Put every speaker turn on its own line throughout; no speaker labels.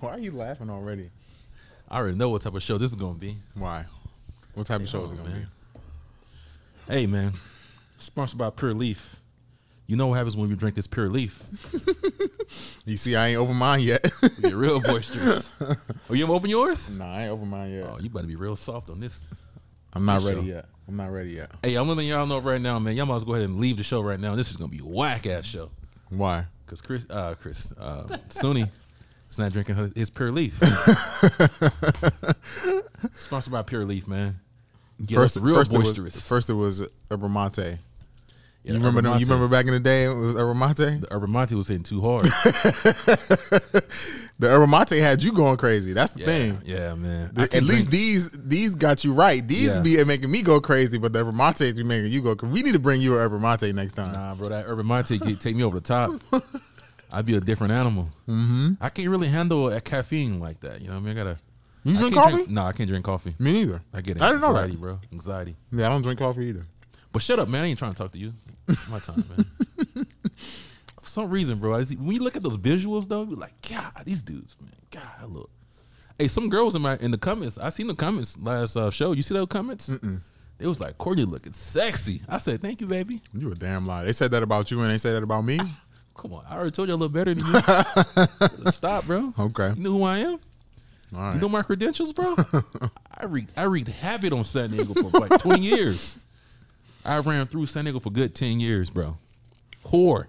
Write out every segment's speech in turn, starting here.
Why are you laughing already?
I already know what type of show this is gonna be.
Why? What type of show is it
on,
gonna
man. Hey man, sponsored by Pure Leaf. You know what happens when you drink this Pure Leaf?
be? You see, I ain't open mine yet.
You're real boisterous. oh, you haven't opened yours?
nah, I ain't open mine yet.
Oh, you better be real soft on this.
I'm not
for
ready
sure.
yet. I'm not ready yet.
Hey, I'm letting y'all know right now, man. Y'all might as well go ahead and leave the show right now. This is gonna be a whack ass show.
Why?
Cause Chris, uh, Chris, uh, Suni, is not drinking her- his Pure Leaf. Sponsored by Pure Leaf, man. Get us real
first
boisterous.
It was, first, it was Ubermonte.
Yeah,
you remember? Them, you
Urban Monte-
remember back in the day, it was Ubermonte.
the Urban Monte was hitting too hard.
The Ubermonte had you going crazy. That's the
Yeah,
thing.
yeah, man. I
The- at
can
least
drink-
these these got you right. These
Yeah.
be making me go crazy, but the Ubermontes be making you go. cra- We need to bring you a Ubermonte next time.
Nah, bro, that Urban Monte get, take me over the top. I'd be a different animal. Mm-hmm. I can't really handle a caffeine like that. You know what I mean? I gotta.
You
I
drink
can't
coffee?
no, I can't drink coffee.
Me neither.
I get it.
I didn't know
anxiety,
that.
bro. Anxiety.
Yeah, I don't drink coffee either.
But shut up, man. I ain't trying to talk to you. My time, man. For some reason, bro. I see, when you look at those visuals, though, you're like, God, these dudes, man. God, I look. Hey, some girls in my in the comments. I seen the comments last uh, show. You see those comments? mm It was like Courtney looking sexy. I said, thank you, baby.
You a damn lie. They said that about you, and they said that about me.
Come on, I already told you I look better than you. Stop, bro.
Okay.
You know who I am.
All right.
You know my credentials, bro. I wreaked I wreaked havoc on San Diego for like twenty years. I ran through San Diego for good ten years, bro. Whore,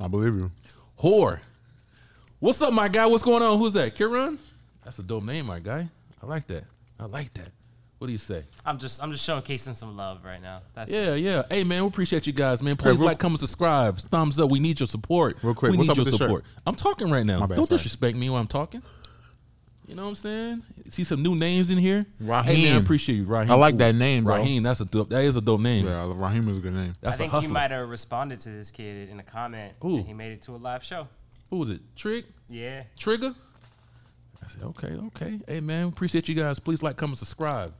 I believe you.
whore. What's up, my guy? What's going on? Who's that? Kiran? That's a dope name, my guy. I like that. I like that. What do you say?
I'm just I'm just showcasing some love right now. That's
Yeah, yeah. Hey, man, we appreciate you guys, man. Please
real-
like, comment, subscribe, thumbs up. We need your support.
Real quick,
we
what's
need
up
your
with this shirt?
support. I'm talking right now.
bad,
Don't
sorry.
disrespect me while I'm talking. You know what I'm saying? See some new names in here. Hey, man, I
Raheem.
appreciate you, Raheem.
I like that name, bro.
Raheem. That's a dope. That is a dope name.
Yeah, Raheem is a good name.
I
That's a
think he
hustler.
might have responded to this kid in a comment.
Ooh.
And he made it to a live show.
Who was it? Trick.
Yeah.
Trigger? I said, okay, okay. Hey, man, appreciate you guys. Please like, comment, subscribe.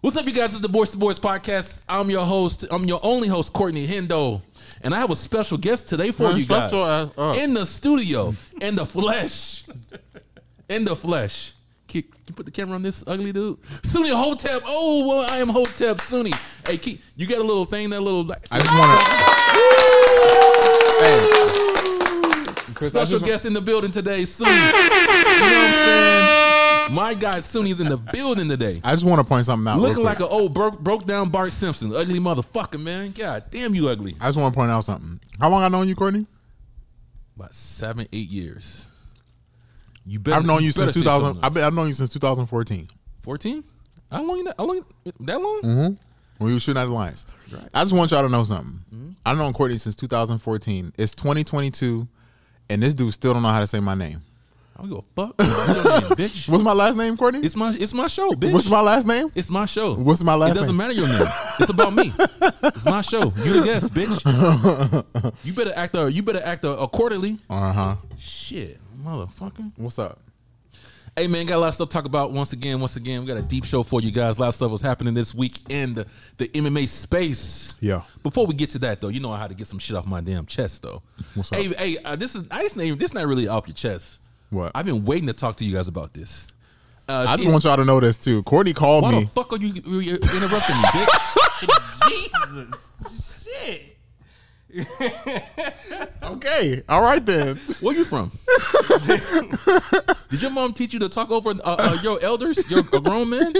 What's up, you guys? It's the Boys to Boys podcast. I'm your host. I'm your only host, Courtney Hendo. And I have a special guest today for
Man,
you
shut
guys.
your ass up.
In the studio, in the flesh. In the flesh. Can can you put the camera on this ugly dude? Sunni Hotep. Oh, well, I am Hotep Sunni. Hey, keep, you got a little thing, that little. Like,
I just want to. Chris, I
Special
just,
guest in the building today, Sunni. You know what I'm saying? My guy Sunni's in the building today.
I just want to point something out.
Looking
real
like
quick.
an old broke broke down Bart Simpson. Ugly motherfucker, man. God damn you ugly.
I just want to point out something. How long I known you, Courtney?
About seven, eight years. You better
I've known you since
better say
2000.
something.
I've, been, I've known you since 2014
14? How long you that how long you- that long?
Mm-hmm. when you were shooting at the Lions. I just want y'all to know something.
Mm-hmm.
I've known Courtney since 2014. It's 2022, and this dude still don't know how to say my name.
I don't give a fuck. You know what I mean, bitch.
What's my last name, Courtney?
It's my it's my show, bitch.
What's my last name?
it's my show.
What's my last
It doesn't
name?
matter your name. It's about me. It's my show. You the guest, bitch. You better act uh, you better act uh, accordingly.
Uh huh.
Shit, motherfucker.
What's up?
Hey man, got a lot of stuff to talk about once again. Once again, we got a deep show for you guys. A lot of stuff was happening this week in the, the MMA space.
Yeah.
Before we get to that though, you know how to get some shit off my damn chest though.
What's up?
hey, hey, uh, this is I just name this not really off your chest.
What?
I've been waiting to talk to you guys about this. Uh,
I just
it's-
want y'all to know this too. Courtney called
why
me.
the fuck are you you- you're interrupting me, bitch?
Jesus. Shit.
Okay. All right then.
Where you from? Did your mom teach you to talk over uh, uh, your elders, your a grown man?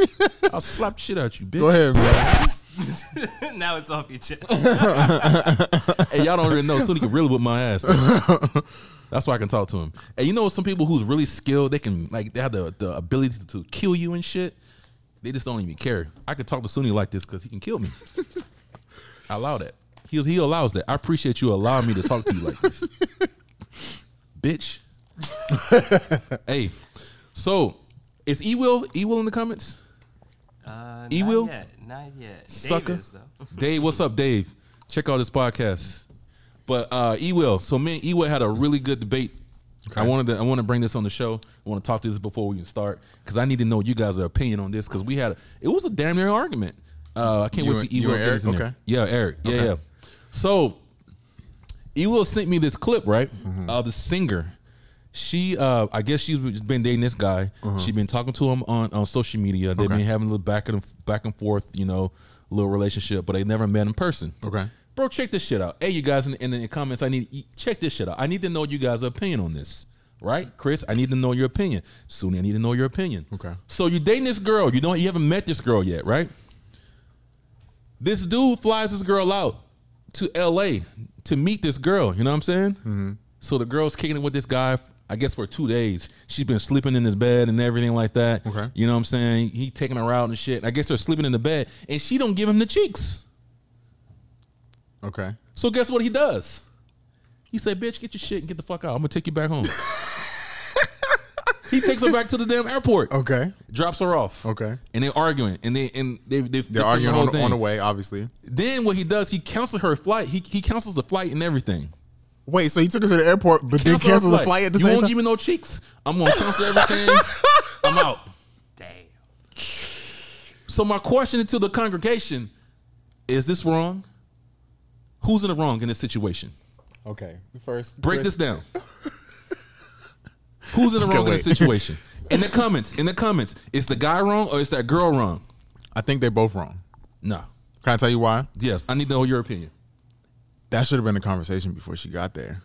I'll slap the shit out you, bitch.
Go ahead, man.
now it's off your chest.
Uh, Hey, y'all don't even know. Soon he can really whip my ass. though. That's why I can talk to him. And you know, some people who's really skilled, they can like they have the, the ability to kill you and shit. They just don't even care. I could talk to Sunni like this because he can kill me. I allow that. He he allows that. I appreciate you allowing me to talk to you like this, bitch. hey, so is E Will E Will in the comments?
Uh,
E
not
will?
yet. Not yet.
Sucker.
Davis, though.
Dave, what's up, Dave? Check out this podcast. But uh E Will, so me and E Will had a really good debate. I wanted to I want to bring this on the show. I want to talk to this before we even start because I need to know you guys' opinion on this because we had it was a damn near argument. Uh, I can't
You
wait
and-
to E
you
Will
and
get this
Eric?
in there.
Okay.
Yeah, Eric. Yeah, yeah. So E Will sent me this clip right of the singer She, uh, I guess she's been dating this guy.
Uh-huh.
She's been talking to him on, on social media. They've been having a little back and back and forth, you know, little relationship, but they never met in person.
Okay.
bro, check this shit out. Hey, you guys in, in the comments, I need check this shit out. I need to know you guys' opinion on this, right, Chris? I need to know your opinion. Soon, I need to know your opinion.
Okay.
So you're dating this girl. You don't. You haven't met this girl yet, right? This dude flies this girl out to L.A. to meet this girl. You know what I'm saying? Mm-hmm. So the girl's kicking it with this guy. I guess for two days, she's been sleeping in his bed and everything like that.
Okay.
You know what I'm saying? He taking her out and shit. I guess they're sleeping in the bed, and she don't give him the cheeks.
Okay.
So guess what he does? He said, "Bitch, get your shit and get the fuck out. I'm gonna take you back home." he takes her back to the damn airport,
Okay.
drops her off,
Okay.
and they're arguing, and they and they, they
They're arguing on, on the way, obviously.
Then what he does, he cancels her flight. He he cancels the flight and everything.
Wait, so he took us to the airport, but then
her
canceled the flight at the
you
same
won't
time.
give me no cheeks. I'm gonna cancel everything. I'm out.
Damn.
So my question to the congregation: Is this wrong? Who's in the wrong in this situation?
okay. First,
Break this down. Who's in the wrong in
wait.
this situation? In the comments, in the comments, is the guy wrong or is that girl wrong?
I think they're both wrong.
No.
Can I tell you why?
Yes, I need to know your opinion.
That should have been a conversation before she got there.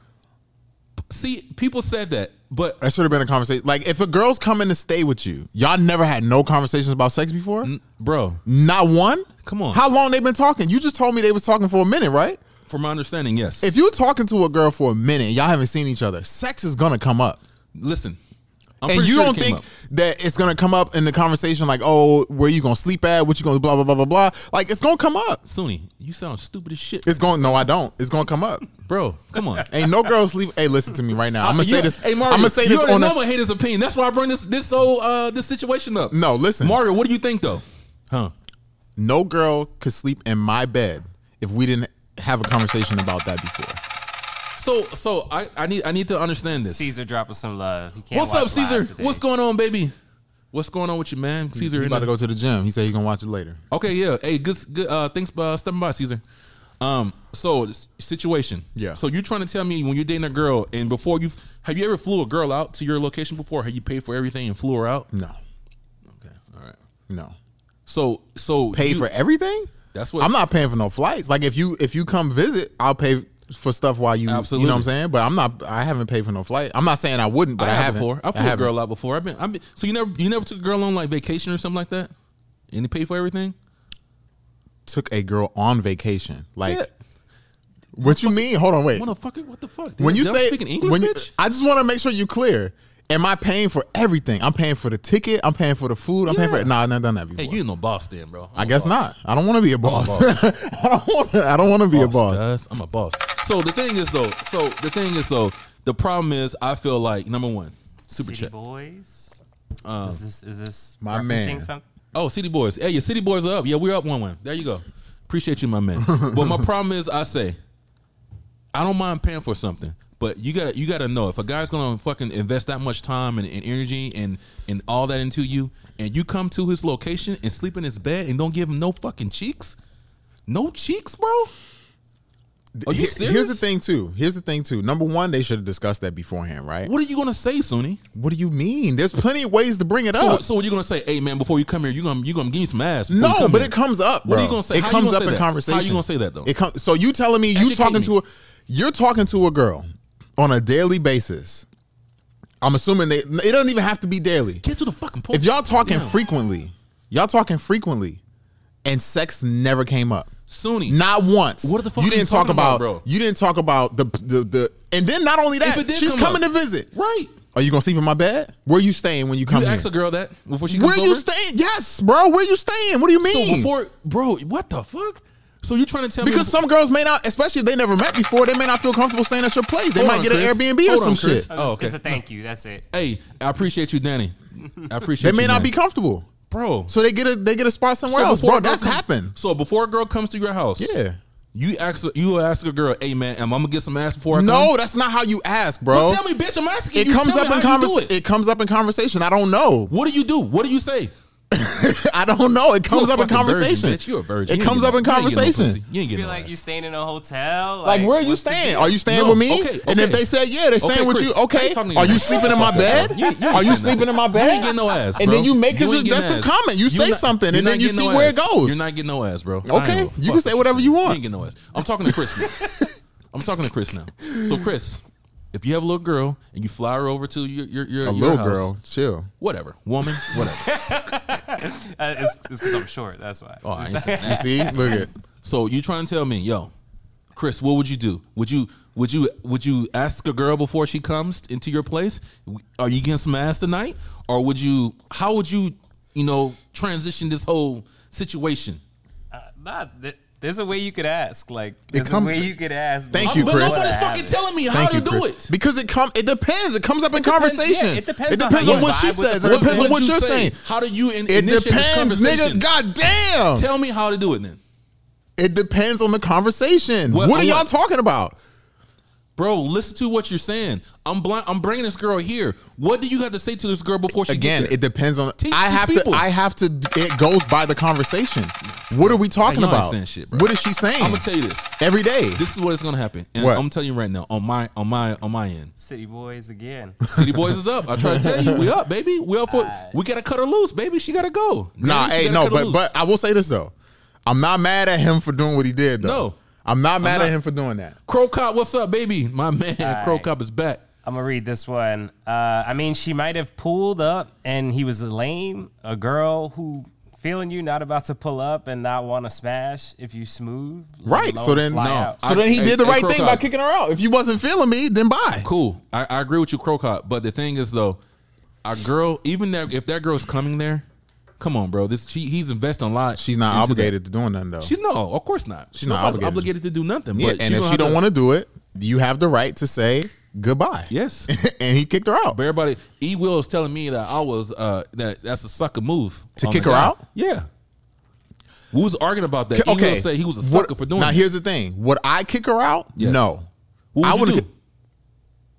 See, people said that, but
That should have been a conversation. Like, if a girl's coming to stay with you, y'all never had no conversations about sex before.
bro,
Not one.
Come on.
How long they been talking? You just told me they was talking for a minute, right?
from my understanding, yes.
If you're talking to a girl for a minute, and y'all haven't seen each other. Sex is gonna come up,
Listen, I'm
and
pretty
you
sure it
don't
came
think
up.
that it's gonna come up in the conversation like, "Oh, where you gonna sleep at? What you gonna blah blah blah blah blah." Like, it's gonna come up.
Suni, you sound stupid as shit,
It's going. to No, I don't. It's gonna come up.
bro. Come on.
Ain't no girl sleep. Hey, listen to me right now. I'm gonna
You-
say this.
Uh, Hey, Mario,
I'm gonna say
you
this
already
on
know I'm
the.
gonna hate his opinion. That's why I bring this this whole uh, this situation up.
No, listen.
Mario, what do you think though? Huh?
no girl could sleep in my bed if we didn't have a conversation about that before.
So so I, I need I need to understand this.
Caesar dropping some love. He can't
What's up,
watch live
Caesar?
today.
What's going on, baby? What's going on with you, man? Caesar,
He
in
about to
the-
go to the gym. He said he gonna watch it later.
okay, yeah. Hey, good, good. Uh, thanks for uh, stepping by, Caesar. Um, so this situation.
Yeah.
So you're trying to tell me when you're dating a girl and before you have you ever flew a girl out to your location before? Have you paid for everything and flew her out?
No,
Okay. All right.
no.
So so
Pay
you-
for everything?
That's what-
I'm not paying for no flights. Like if you if you come visit, I'll pay for stuff while you. You
Absolutely.
know what I'm saying? But I'm not. I haven't paid for no flight. I'm not saying I wouldn't, but I,
I, have
haven't.
before. I
I
flew a
haven't.
girl out before. I've been. I've been. So you never you never took a girl on like vacation or something like that, and you paid for everything.
Took a girl on vacation. Like
Yeah.
what you mean? Hold on, wait.
Motherfucker, what the fuck?
when you
Did I
say
speak in English,
when you-
bitch?
I just want to make sure you clear. Am I paying for everything? I'm paying for the ticket. I'm paying for the food. I'm paying
Yeah.
for. Nah, I've never done that before.
Hey, you ain't no boss then, bro. I'm
I
a
guess
boss.
not. I don't want to be a boss.
boss.
I don't want. to. I don't want to be a boss.
does. I'm a boss. So the thing is though, so the thing is though, the problem is I feel like number one, super
City
chat.
Boys.
Um,
is this is this
my
referencing
man.
something?
Oh, City Boys. Hey, your City Boys are up. Yeah, we're up one one. There you go. Appreciate you, my man. but my problem is I say, I don't mind paying for something. But you gotta you gotta know if a guy's gonna fucking invest that much time and, and energy and and all that into you and you come to his location and sleep in his bed and don't give him no fucking cheeks? No cheeks, bro? Are you
Here- Here's
serious?
the thing too. Here's the thing too. Number one, they should have discussed that beforehand, right?
What are you gonna say, Suni?
What do you mean? There's plenty of ways to bring it
So,
up.
so what you gonna say? Hey man, before you come here, you gonna you gonna give me some ass? before you
no,
come
but
here."
it comes up.
What are
bro.
you gonna say?
It
How you
comes
gonna
up
say
in
that? How you
conversation.
gonna say that, though?
It comes. So you telling me you
Educate
talking
me.
to a, you're talking to a girl on a daily basis. I'm assuming they. It doesn't even have to be daily.
get to the fucking point.
If y'all talking
Damn.
frequently, y'all talking frequently, and sex never came up.
Suni,
Not once.
What the fuck
you
are you
didn't talk
talking
about,
about, bro?
You didn't talk about the the, the and then not only
If it
that,
did
she's
come
coming
up.
to visit.
right?
Are you gonna sleep in my bed? Where you staying when you come
You
here?
ask a girl that before she comes
Where you
over?
staying? Yes, bro. Where you staying? What do you mean?
So before, bro, what the fuck? So you trying to tell
because
me?
some girls may not, especially if they never met before, they may not feel comfortable staying at your place. They
Hold
might
on,
get
Chris.
an Airbnb
Hold
or
on,
some
Chris.
shit.
Oh, okay.
It's a thank you. That's it.
hey, I appreciate you, Danny. I appreciate.
They may
you,
not be
Danny.
comfortable,
bro.
so they get a they get a spot somewhere else,
before
bro.
a girl
That's
come-
happened.
So before a girl comes to your house,
Yeah.
you ask you ask a girl, hey man, am I gonna get some ass before I come?
No, that's not how you ask, bro.
Well, tell me, bitch, I'm asking
it
you.
comes
Tell
up
me
in
how you do
conversation.
it.
It comes up in conversation. I don't know.
What do you do? What do you say?
I don't know. It comes up in conversation.
you a virgin.
It
You ain't
comes up in
getting no- you ain't getting no
conversation.
pussy. You ain't getting
You feel
no
like
ass.
you staying in a hotel?
Like, where you
what's the
staying?
deal?
Are you staying
No,
with me?
okay,
And if
okay.
they say yeah, they staying
Okay,
with
Chris,
you. Okay.
stop talking to
Are
me
you
like
sleeping
that.
in my bed?
You- you
Are you
ain't
sleeping in my
You ain't
bed?
getting no ass,
And
bro.
then you make a
ain't getting
suggestive
ass.
comment. You say
not-
something, and
you're
then
not
you
getting
see
no
where
ass.
it goes.
You're not getting no ass, bro. I ain't
Okay,
gonna
you can
fuck
say
with
whatever you
You
want.
ain't getting no ass. I'm talking to Chris now. I'm talking to Chris now. So Chris, if you have a little girl and you fly her over to your your, your
A
your
little
house,
girl, chill.
whatever, woman, whatever.
Uh, it's because I'm short. That's why.
Oh, I ain't saying
You see, look at
So you trying to tell me, yo, Chris, what would you do? Would you would you would you ask a girl before she comes into your place? Are you getting some ass tonight? Or would you how would you, you know, transition this whole situation?
Uh, nah, th- there's a way you could ask. Like, there's
comes-
a way you could ask.
Thank
but-
you,
But
Chris.
nobody's
What
fucking
happened?
telling me how
Thank
to
you,
do
Chris.
it.
Because it come, it depends. It comes up in
depends- yeah,
conversation.
it depends
It
on
depends
how
on
you
what she
vibe with the
says. It
person.
depends on
would
what
you
you're
say?
saying.
How do you in-
It
initiate this
depends,
conversation?
nigga. God damn.
Tell me how to do it then.
It depends on the conversation.
What-
What,
on
are y'all
what?
talking about?
Bro, listen to what you're saying. I'm blind, I'm bringing this girl here. What do you have to say to this girl before she
Again,
get there?
it depends on.
Teach
I
these
have
people.
to. I have to. It goes by the conversation. What are we talking
Hey, y'all ain't
about?
saying shit, bro.
what is she saying?
I'm gonna tell you this.
Every day.
This is what is gonna happen. And
What?
I'm telling you right now, on my on my on my end.
City boys again.
City Boys is up. I try to tell you, we up, baby. We up for we gotta cut her loose, baby. She gotta go.
Nah,
Daddy, she
hey,
gotta
no,
cut her
but
loose.
but I will say this though, I'm not mad at him for doing what he did though.
No.
I'm not mad
not.
at him for doing that.
Crow Cop, what's up, baby? My man, Crow Cop is back.
I'm gonna read this one. Uh, I mean, she might have pulled up, and he was lame. A girl who feeling you, not about to pull up, and not want to smash if you smooth. let
Right,
alone
so then-
fly
No,
out.
So
I-
then he
hey,
did the
hey,
right
Crow
thing by
Cop.
kicking her out. If you wasn't feeling me, then bye.
Cool. I, I agree with you, Crow Cop. But the thing is though, our girl, even that if that girl's coming there, come on, bro. This she, he's investing a lot.
She's not
into that.
obligated to doing nothing though.
She's no, of course not. She's
not obligated.
obligated to do nothing.
yeah,
but
and if
gonna
she
have
don't want to do it, you have the right to say goodbye.
Yes.
and he kicked her out.
But everybody, E Will is telling me that I was uh that that's a sucker move
To
on
kick
the
her
guy.
out?
Yeah, we was arguing about that. E Will said he was a
What-
sucker for doing.
Now
that.
here's the thing: Would I kick her out?
Yes.
No.
What
I
would you
wouldn't ki-
do?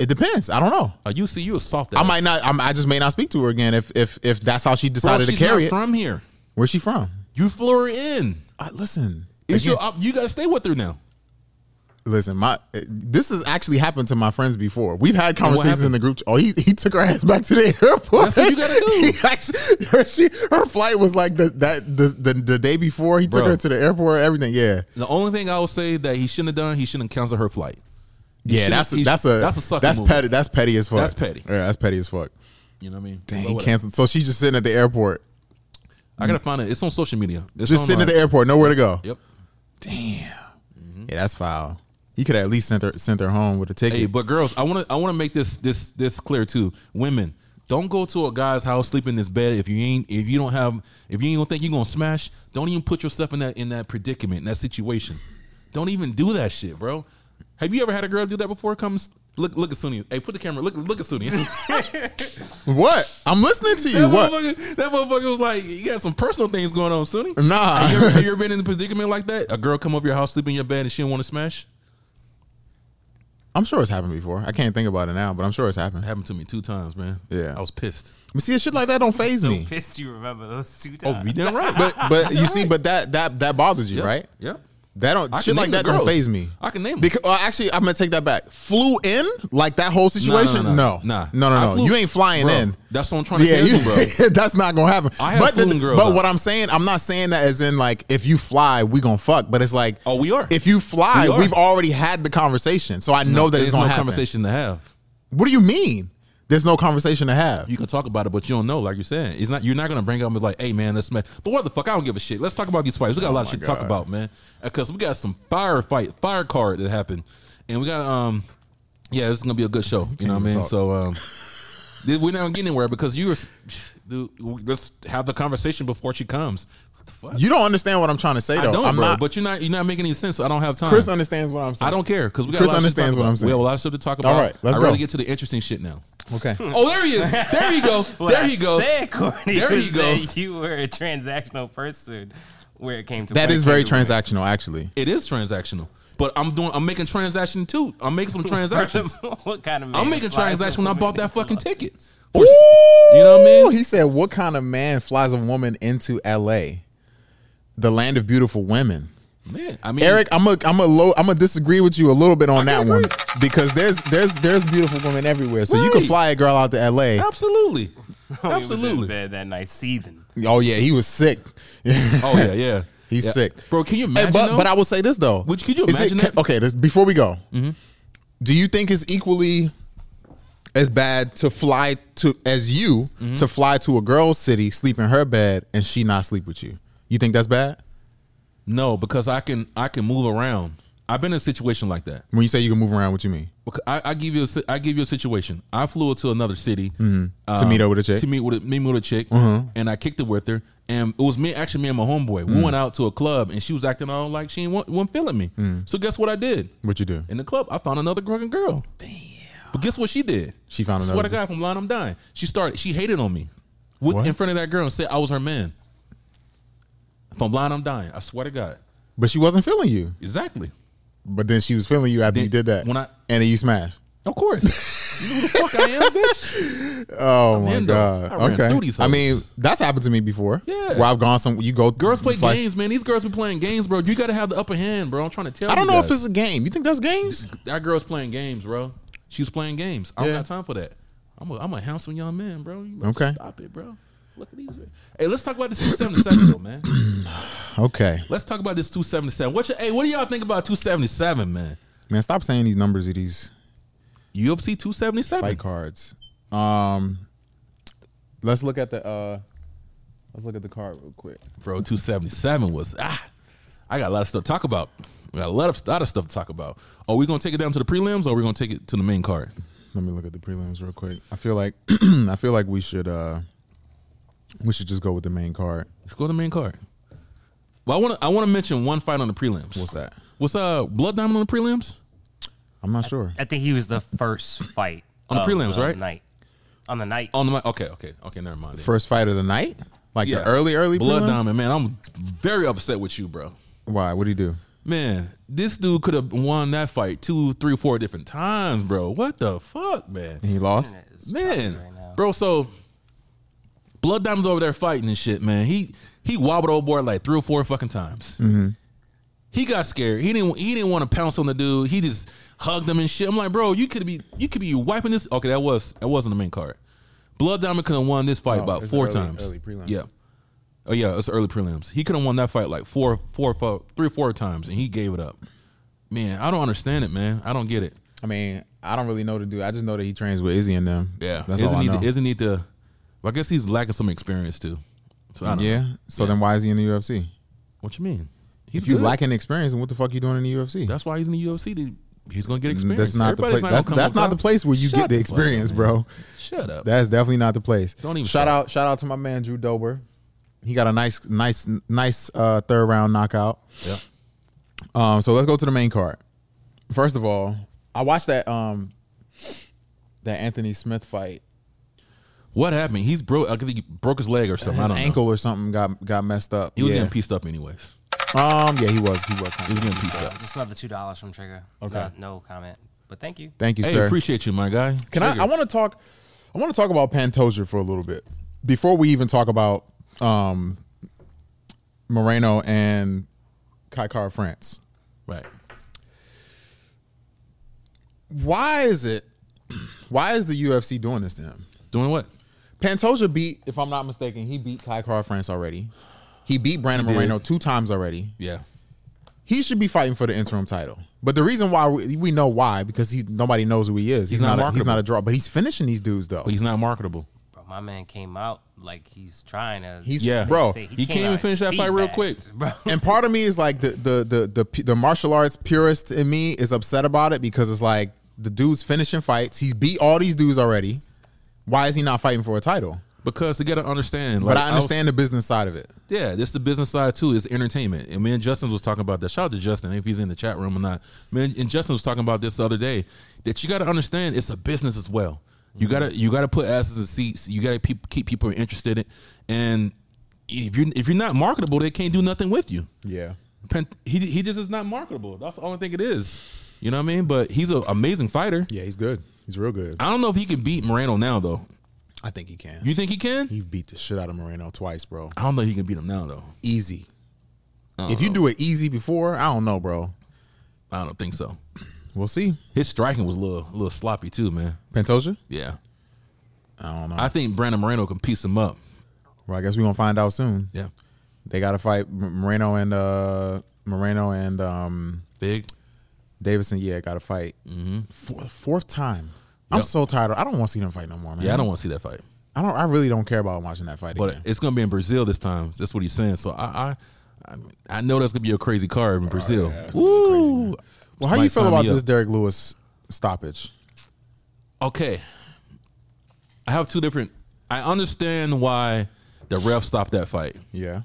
It depends. I don't know.
Are Uh, you see you a soft?
I might not. I'm, I just may not speak to her again if if if that's how she decided to carry it.
from here.
Where's she from?
You flew her in.
I, listen,
It's
again,
your op- you gotta stay with her now.
listen. My uh, this has actually happened to my friends before. We've had conversations in
happened?
the group. Oh, he, he took her ass back to the airport.
That's what you gotta do.
He actually- her, she- her flight was like the that the the, the day before. He
Bro.
took her to the airport. Everything. Yeah,
The only thing I would say that he shouldn't have done, he shouldn't have canceled her flight. He
yeah.
shouldn't-
That's a,
he sh-
that's a
that's a sucker
That's
move.
petty. That's petty as fuck.
That's petty.
Yeah, that's petty as fuck.
You know what I mean?
Dang,
But
he
whatever.
canceled. So she's just sitting at the airport.
I gotta find it. It's on social media. It's
Just sitting at the airport, nowhere to go.
Yep. Mm-hmm.
Damn. Yeah, that's foul. He could at least sent her sent her home with a ticket.
Hey, but girls, I want to I want to make this this this clear too. Women, don't go to a guy's house sleep in his bed if you ain't if you don't have if you ain't gonna think you're gonna smash. Don't even put yourself in that in that predicament in that situation. Don't even do that shit, bro. Have you ever had a girl do that before? Comes look look at Sunny. Hey, put the camera. Look look at Sunny. that,
what? I'm listening to you. What?
Motherfucker, that motherfucker was like, you got some personal things going on, Sunny.
Nah.
Have you, ever, have you ever been in a predicament like that? A girl come over your house, sleep in your bed, and she don't want to smash.
I'm sure it's happened before. I can't think about it now, but I'm sure it's happened.
Happened to me two times, man.
Yeah.
I was pissed.
But see, shit like that don't phase
So
me.
pissed you remember those two
Oh,
times.
you damn right.
But but you see, but that that that bothers you,
Yep,
right?
Yep.
That don't
I can
shit like
name the
that don't
girls.
phase me.
I can name 'em.
Because well, actually, I'm gonna take that back. Flew in like that whole situation?
no, no.
no,
Nah.
no, no,
I
no.
flew-
you ain't flying
Bro,
in.
that's what I'm trying to tell you, bro.
that's not gonna happen.
I have
but the-
flown girls
but
out.
what I'm saying, I'm not saying that as in like if you fly, we gonna fuck. But it's like,
Oh, we are.
If you fly,
We are.
we have already had the conversation, so I know that it's
There's
gonna
no
happen.
conversation to have.
What do you mean? There's no conversation to have.
You can talk about it, but you don't know. Like you're saying, it's not. You're not gonna bring up and be like, "Hey, man, let's smash." But what the fuck? I don't give a shit. Let's talk about these fights. We got a lot of shit to talk
Oh God.
about, man. Because we got some fire fight, fire card that happened, and we got um, yeah, this is gonna be a good show. You know what I
even
mean?
talk.
So um, th- we're not gonna get anywhere because you were, dude. we- Let's have the conversation before she comes. What the fuck?
You don't understand what I'm trying to say,
I
though.
don't,
I'm
bro.
not.
but you're not. You're not making any sense. So I don't have time.
Chris understands what I'm saying.
I don't care because we got
Chris
a lot of shit to
understands
talk
what I'm
about.
saying.
We have a lot of stuff to talk about.
All right, let's
I'd rather
go.
get to the interesting shit now.
Okay.
Oh, there he is. There you go.
What
there
I
you go.
Said, Courtney,
There
was
you go.
that You were a transactional person where it came to
That
when
is
it came
very
to women.
transactional, actually.
It is transactional, but I'm doing. I'm making transaction too. I'm making some transactions.
what kind of man
I'm making
flies
transaction
with
when I bought
women
that fucking
who loves
ticket. For, you know what I mean?
He said, "What kind of man flies a woman into L.A., the land of beautiful women?"
Man, I mean,
Eric, I'm a I'm a low I'm gonna disagree with you a little bit on that one because there's there's there's beautiful women everywhere. So you can
Right.
fly a girl out to L.A.
absolutely,
He was in
absolutely.
bed that night seething.
Oh yeah, he was sick.
Oh yeah, yeah.
He's
Yeah.
sick.
bro. Can you
Hey,
imagine?
but
though?
but I will say this though.
Would- could you
Is
imagine
ca-
that? Mm-hmm.
Okay, this, before we go, do you think it's equally as bad to fly to as you
Mm-hmm.
to fly to a girl's city, sleep in her bed, and she not sleep with you? You think that's bad?
no, because I can I can move around. I've been in a situation like that.
When you say you can move around, what you mean?
Because I, I give you a, si- I give you a situation. I flew to another city uh,
To meet up with a chick?
Um, To meet with a, meet with a chick,
Uh-huh.
and I kicked it with her. And it was me, actually me and my homeboy.
Mm.
We went out to a club, and she was acting all like she ain't wa- wasn't feeling me.
Mm.
So guess what I did
What you do?
in the club? I found another fucking girl. Damn. But guess what she did?
She found
Swear
another.
to God, from lying, I'm dying. She started. She hated on me with,
What?
in front of that girl and said I was her man. If I'm lying, I'm dying. I swear to God.
But she wasn't feeling you.
Exactly.
But then she was feeling you after
Then
you did that.
when I-
and then you smashed.
Of course. you know who the fuck I am, bitch.
Oh my
in, though.
god.
uh, I ran through
okay.
these
I mean,
hoes.
that's happened to me before.
Yeah.
Where I've gone some. You go.
Girls play
fly-
games, man. These girls be playing games, bro. You got to have the upper hand, bro. I'm trying to tell you.
I don't know if
guys.
it's a game. You think that's games?
that girl's playing games, bro. She was playing games. I don't
Yeah.
got time for that. I'm a, I'm a handsome young man, bro. You must
Okay.
Stop it, bro. Look at these. Hey, let's talk about this 277, though, man.
Okay.
Let's talk about this 277. What you, hey, what do y'all think about 277, man?
Man, stop saying these numbers of these
UFC 277.
fight cards. Um, let's look at the uh, let's look at the card real quick.
Bro, 277 was ah. I got a lot of stuff to talk about. We got a lot of, lot of stuff to talk about. Are we gonna take it down to the prelims or are we gonna take it to the main card?
Let me look at the prelims real quick. I feel like I feel like we should uh, we should just go with the main card.
Let's go to the main card. Well, I wanna I wanna mention one fight on the prelims.
What's that?
What's uh Blood Diamond on the prelims?
I'm not sure.
I think he was the first fight
On the
of
prelims, right? Oh,
Night on the night.
On the mi- okay, okay, okay, never mind. then.
First fight of the night, like the early early
Blood
prelims?
Diamond, man. I'm very upset with you, bro.
Why? What do you do?
Man, this dude could have won that fight two, three, four different times, bro. What the fuck, man?
And he lost.
It's
man,
right now.
bro. So Blood Diamond's over there fighting and shit, man. He he wobbled old boy like three or four fucking times. He got scared. He didn't he didn't want to pounce on the dude. He just hugged him and shit. I'm like, bro, you could be you could be wiping this. Okay, that was that wasn't the main card. Blood Diamond could have won this fight
Oh,
about
it's
four
early-
times.
early prelims.
Yeah. Oh yeah, it's early prelims. He could have won that fight like four, four, four, three, four times, and he gave it up. Man, I don't understand it, man. I don't get it.
I mean, I don't really know the dude. I just know that he trains with Izzy and them.
Yeah,
that's
isn't
all I
he?
know.
The, isn't he the? Well, I guess he's lacking some experience too. So I don't know.
yeah. So then, why is he in the UFC?
What you mean? He's
If you
good.
lacking experience, then what the fuck you doing in the UFC?
that's why he's in the UFC. Dude. He's gonna get experience.
That's not
Everybody's
the place.
gonna
That's,
come
that's
on
not
top.
the place where you
Shut
get the
the fuck
experience,
up,
bro.
Shut up.
That's definitely not the place.
Don't even
shout
try.
out. Shout out to my man Drew Dober. He got a nice, nice, nice uh, third round knockout.
yeah.
Um, so let's go to the main card. First of all, I watched that um that Anthony Smith fight.
What happened? He's broke. I think he broke his leg or something. I
His
don't know.
ankle or something got got messed up.
He was
yeah.
getting pieced up anyways.
Um, yeah, he was. He was.
He was getting pieced up.
Just another two dollars from Trigger.
Okay.
Not- no comment, but thank you.
Thank you,
Hey,
sir.
appreciate you, my guy.
Can I? I want to talk. I want to talk about Pantoja for a little bit before we even talk about um, Moreno and Kaikar France.
right.
Why is it? Why is the UFC doing this to him?
Doing what?
Pantoja beat, if I'm not mistaken, he beat Kaikar France already. He beat Brandon Moreno two times already.
Yeah.
He should be fighting for the interim title. But the reason why we, we know why because he's nobody knows who he is. He's, not, a,
not
he's
marketable.
not a draw, but he's finishing these dudes though.
But he's not marketable.
Bro, my man came out like he's trying to.
He's-
Yeah,
Bro,
he,
he can't
out
even
and
finish that
speed
fight real
bagged,
quick.
bro.
and part of me is like the the the the, pu- the martial arts purist in me is upset about it because it's like the dude's finishing fights. He's beat all these dudes already. Why is he not fighting for a title?
Because you got to understand.
But
like,
I
was-
understand the business side of it.
Yeah, this is the business side too. It's entertainment. And me and Justin was talking about that. Shout out to Justin if he's in the chat room or not. Man, and Justin was talking about this the other day that you got to understand it's a business as well. You gotta you gotta put asses in seats. You gotta peop keep people interested in. And if you are if you're not marketable, they can't do nothing with you.
Yeah.
Pen- He he just is not marketable. That's the only thing it is. You know what I mean? But he's an amazing fighter.
Yeah, he's good. He's real good.
I don't know if he can beat Moreno now though.
I think he can.
You think he can?
He beat the shit out of Moreno twice, bro.
I don't know. if He can beat him now though.
Easy. If you do it easy before, I don't know, bro.
I don't think so.
We'll see.
His striking was a little, a little sloppy too, man.
Pantoja?
Yeah,
I don't know.
I think Brandon Moreno can piece him up.
well, I guess we're gonna find out soon.
Yeah,
They gotta fight M- Moreno and uh Moreno and um
big.
Davidson, yeah, gotta fight.
Mm-hmm.
For the fourth time. I'm
Yep.
so tired. of- I don't want to see them fight no more, man.
Yeah, I don't want to see that fight,
I don't. I really don't care about watching that fight
but
again.
it's gonna be in Brazil this time. That's what he's saying. So I, I, I, mean, I know that's gonna be a crazy card
Oh,
in Brazil. Ooh.
Well, how do
Might
you feel
sign
about
me up.
this Derek Lewis stoppage?
okay. I have two different. I understand why the ref stopped that fight.
Yeah,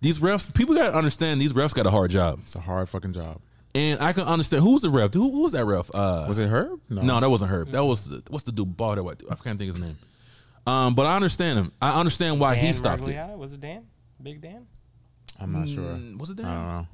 These refs, people gotta understand. These refs got a hard job,
it's a hard fucking job.
and I can understand who's the ref. Who, who was that ref? Uh,
Was it Herb?
no, that wasn't Herb. That was what's the dude ball that white dude? I can't think of his name. Um, but I understand him. I understand why he
Dan
stopped it.
Mergliata? Was it Dan? Big Dan?
I'm not sure.
Mm, Was it Dan?
I don't know.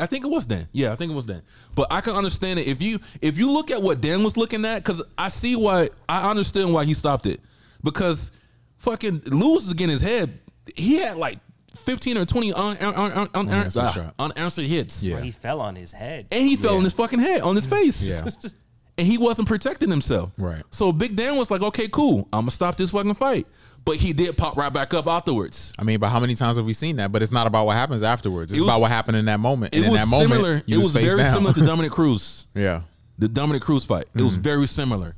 I think it was Dan. Yeah, I think it was Dan. But I can understand it if you if you look at what Dan was looking at, because I see why I understand why he stopped it. Because fucking Lewis is getting his head. He had like fifteen or twenty un, un, un, un,
Unanswered
uh,
shot.
unanswered hits.
Yeah.
Where he fell on his head.
And he fell on his fucking head, on his face.
Yeah.
And he wasn't protecting himself.
Right.
So Big Dan was like, okay, cool. I'm gonna stop this fucking fight. But he did pop right back up afterwards.
I mean, but how many times have we seen that? But it's not about what happens afterwards. It's
It was-
about what happened in that moment. And
It
in
was
that moment,
similar.
you
It was
face
very
down. Mm-hmm.
similar to Dominic Cruz.
yeah,
the Dominic Cruz fight. It was very similar.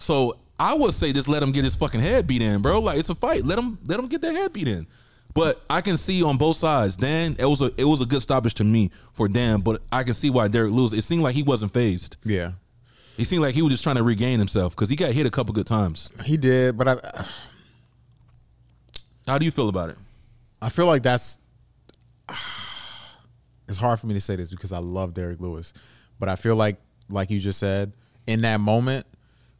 So I would say just let him get his fucking head beat in, bro. Like it's a fight. Let him let him get their head beat in. But I can see on both sides. Dan, it was a it was a good stoppage to me for Dan, but I can see why Derek Lewis. It seemed like he wasn't phased.
yeah,
He seemed like he was just trying to regain himself because he got hit a couple good times.
he did. But I,
How do you feel about it?
I feel like that's. It's hard for me to say this because I love Derek Lewis, but I feel like, like you just said, in that moment,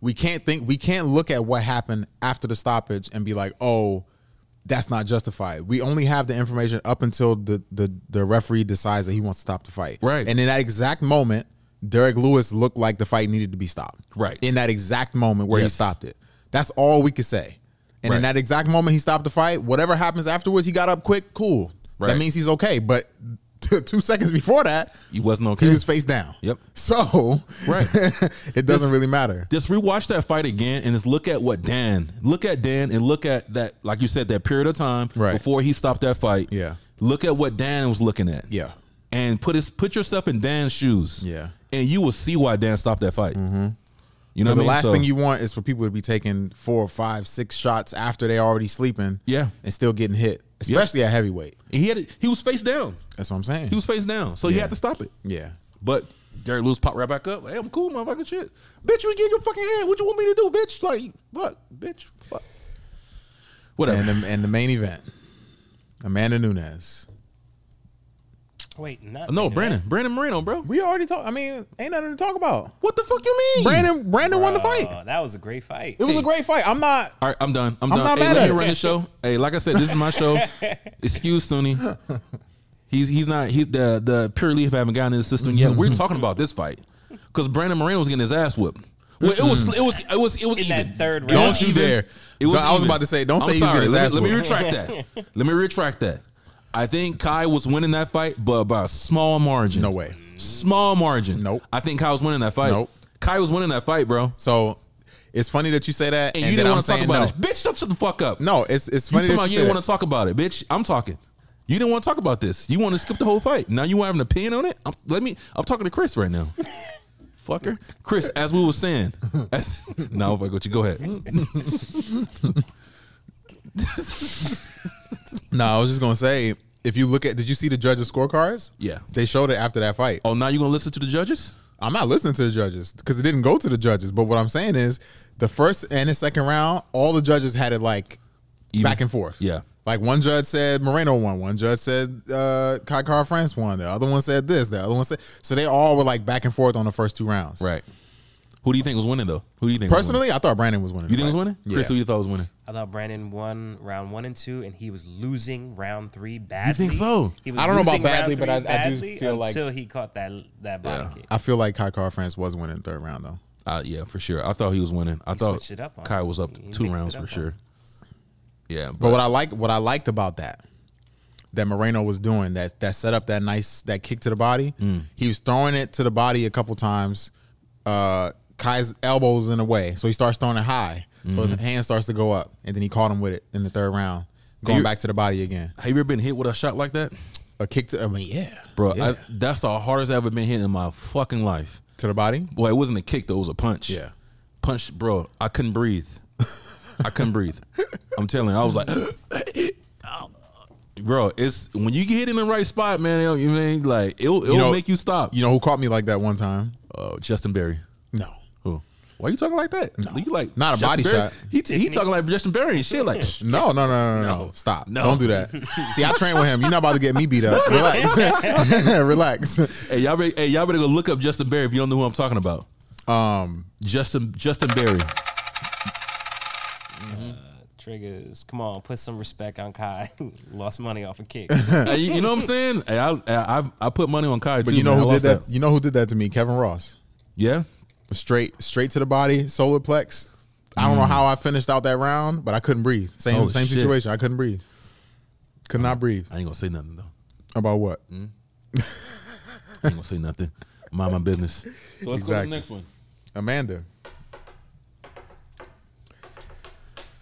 we can't think, we can't look at what happened after the stoppage and be like, oh, that's not justified. We only have the information up until the the, the referee decides that he wants to stop the fight.
Right.
And in that exact moment, Derek Lewis looked like the fight needed to be stopped.
Right.
In that exact moment where he
Yes.
stopped it. That's all we could say. And in
Right.
that exact moment he stopped the fight, whatever happens afterwards, he got up quick, cool. That
Right.
means he's okay. But t- two seconds before that,
He wasn't okay.
he was face down.
Yep.
So
Right.
it doesn't really matter.
just rewatch that fight again and just look at what Dan, look at Dan and look at that, like you said, that period of time
Right.
before he stopped that fight.
Yeah.
Look at what Dan was looking at.
Yeah.
And put his put yourself in Dan's shoes.
Yeah.
And you will see why Dan stopped that fight. Mm-hmm. You know what I
Because the
mean?
last
So-
thing you want is for people to be taking four, five, six shots after they're already sleeping.
Yeah.
And still getting hit, especially at heavyweight.
he had it, he was face down.
That's what I'm saying.
He was face down. So you had to stop it.
yeah.
But Derek Lewis popped right back up. Hey, I'm cool, motherfucking shit. Bitch, you get your fucking hand. What you want me to do, bitch? Like, fuck, bitch. Fuck. Whatever.
And the, and the main event, Amanda Nunes.
Wait, not
no,
Big Dan.
Brandon. Brandon Moreno, bro.
We already talked. I mean, ain't nothing to talk about.
What the fuck you mean?
Brandon Brandon won the
Bro,
fight.
Oh, That was a great fight.
It was a great fight. I'm not.
All right, I'm done. I'm,
I'm
done.
not
hey,
mad
let
at
me
it.
run the show. Hey, like I said, this is my show. Excuse Sunny. He's he's not he's the the pure leaf haven't gotten in the system yet.
Mm-hmm.
We're talking about this fight because Brandon Moreno was getting his ass whooped. Well, it was it was it was it was
In that
even.
third
It was
round.
Don't you
even.
dare.
It was
No, I Mm-hmm. was
even.
about to say, don't
I'm
say he was
sorry.
getting his
let, me-
ass
let me
whooped.
retract that. let me retract that. I think Kai was winning that fight, but by a small margin.
No way.
Small margin.
Nope.
I think Kai was winning that fight.
Nope.
Kai was winning that fight, bro.
So it's funny that you say that,
And,
and,
you
then
didn't
I'm
want to talk
saying
about
no.
it. Bitch, stop, shut the fuck up.
No, it's it's
You
funny
talking
that
about
you
you didn't
said
want to talk about it, bitch. I'm talking. You didn't want to talk about this. You want to skip the whole fight. Now you want to have an opinion on it. I'm, let me. I'm talking to Chris right now. Fucker, Chris. As we were saying, as no, fuck what you go ahead.
that. No, I was just gonna say if you look at, did you see the judges' scorecards?
Yeah.
they showed it after that fight.
Oh, now you gonna listen to the judges?
I'm not listening to the judges because it didn't go to the judges. But what I'm saying is, the first and the second round, all the judges had it like
Even.
back and forth.
Yeah.
Like one judge said Moreno won, one judge said uh Kai Car France won, the other one said this, the other one said so they all were like back and forth on the first two rounds.
Right. Who do you think was winning though? Who do you think? was
Personally, I thought Brandon was winning.
winning? you think
the
was
fight.
winning? Chris, who you thought was winning?
I thought Brandon won round one and two, and he was losing round three badly.
so?
He was
I don't know about
losing round
badly, but
three
I- I do
badly
feel like-
until he caught that that body kick.
I feel like Kai Car France was winning the third round though.
Uh, yeah, for sure. I thought he was winning. I thought
switched it up on
Kai
him.
was up
He
two
mixed it
rounds
up
for
on
sure.
him.
Yeah, but,
But what I like, what I liked about that, that Moreno was doing that that set up that nice that kick to the body.
Mm.
He was throwing it to the body a couple times. Uh, Kai's elbow was in the way, so he starts throwing it high. So
Mm-hmm.
his hand starts to go up, and then he caught him with it in the third round, going
you-
back to the body again.
have you ever been hit with a shot like that,
A kick to, I mean, yeah,
bro?
yeah.
I, that's the hardest I've ever been hit in my fucking life.
to the body.
Boy, it wasn't a kick though; it was a punch.
Yeah.
punch, bro. I couldn't breathe. I couldn't breathe. I'm telling you, I was like, bro. It's when you get hit in the right spot, man. it'll- You mean like it'll it'll
know-
make you stop.
You know who caught me like that one time?
Uh, Justin Berry.
No,
Who? Why you talking like that? You like
Not a
Justin
body
Berry?
shot.
He t- he talking like Justin Berry and shit. Like
no, no, no, no, no.
No.
no. Stop!
No.
Don't do that. See, I train with him. You're not about to get me beat up. Relax, relax.
Hey, y'all better, hey, y'all better go look up Justin Berry if you don't know who I'm talking about.
Um,
Justin Justin Berry.
Triggers. Come on, put some respect on Kai. Lost money off a kick.
Hey, you, you know what I'm saying? Hey, I, I I- I put money on Kai
But you know who did that? You know who did that to me? Kevin Ross.
Yeah.
Straight, straight to the body, solar plex. I don't know how I finished out that round, but I couldn't breathe. Same,
Mm. Oh,
same
shit.
situation. I couldn't breathe. Could not breathe.
I ain't gonna say nothing though.
About what?
Mm. I ain't gonna say nothing. Mind my business. So let's go to
Exactly.
the next one.
Amanda.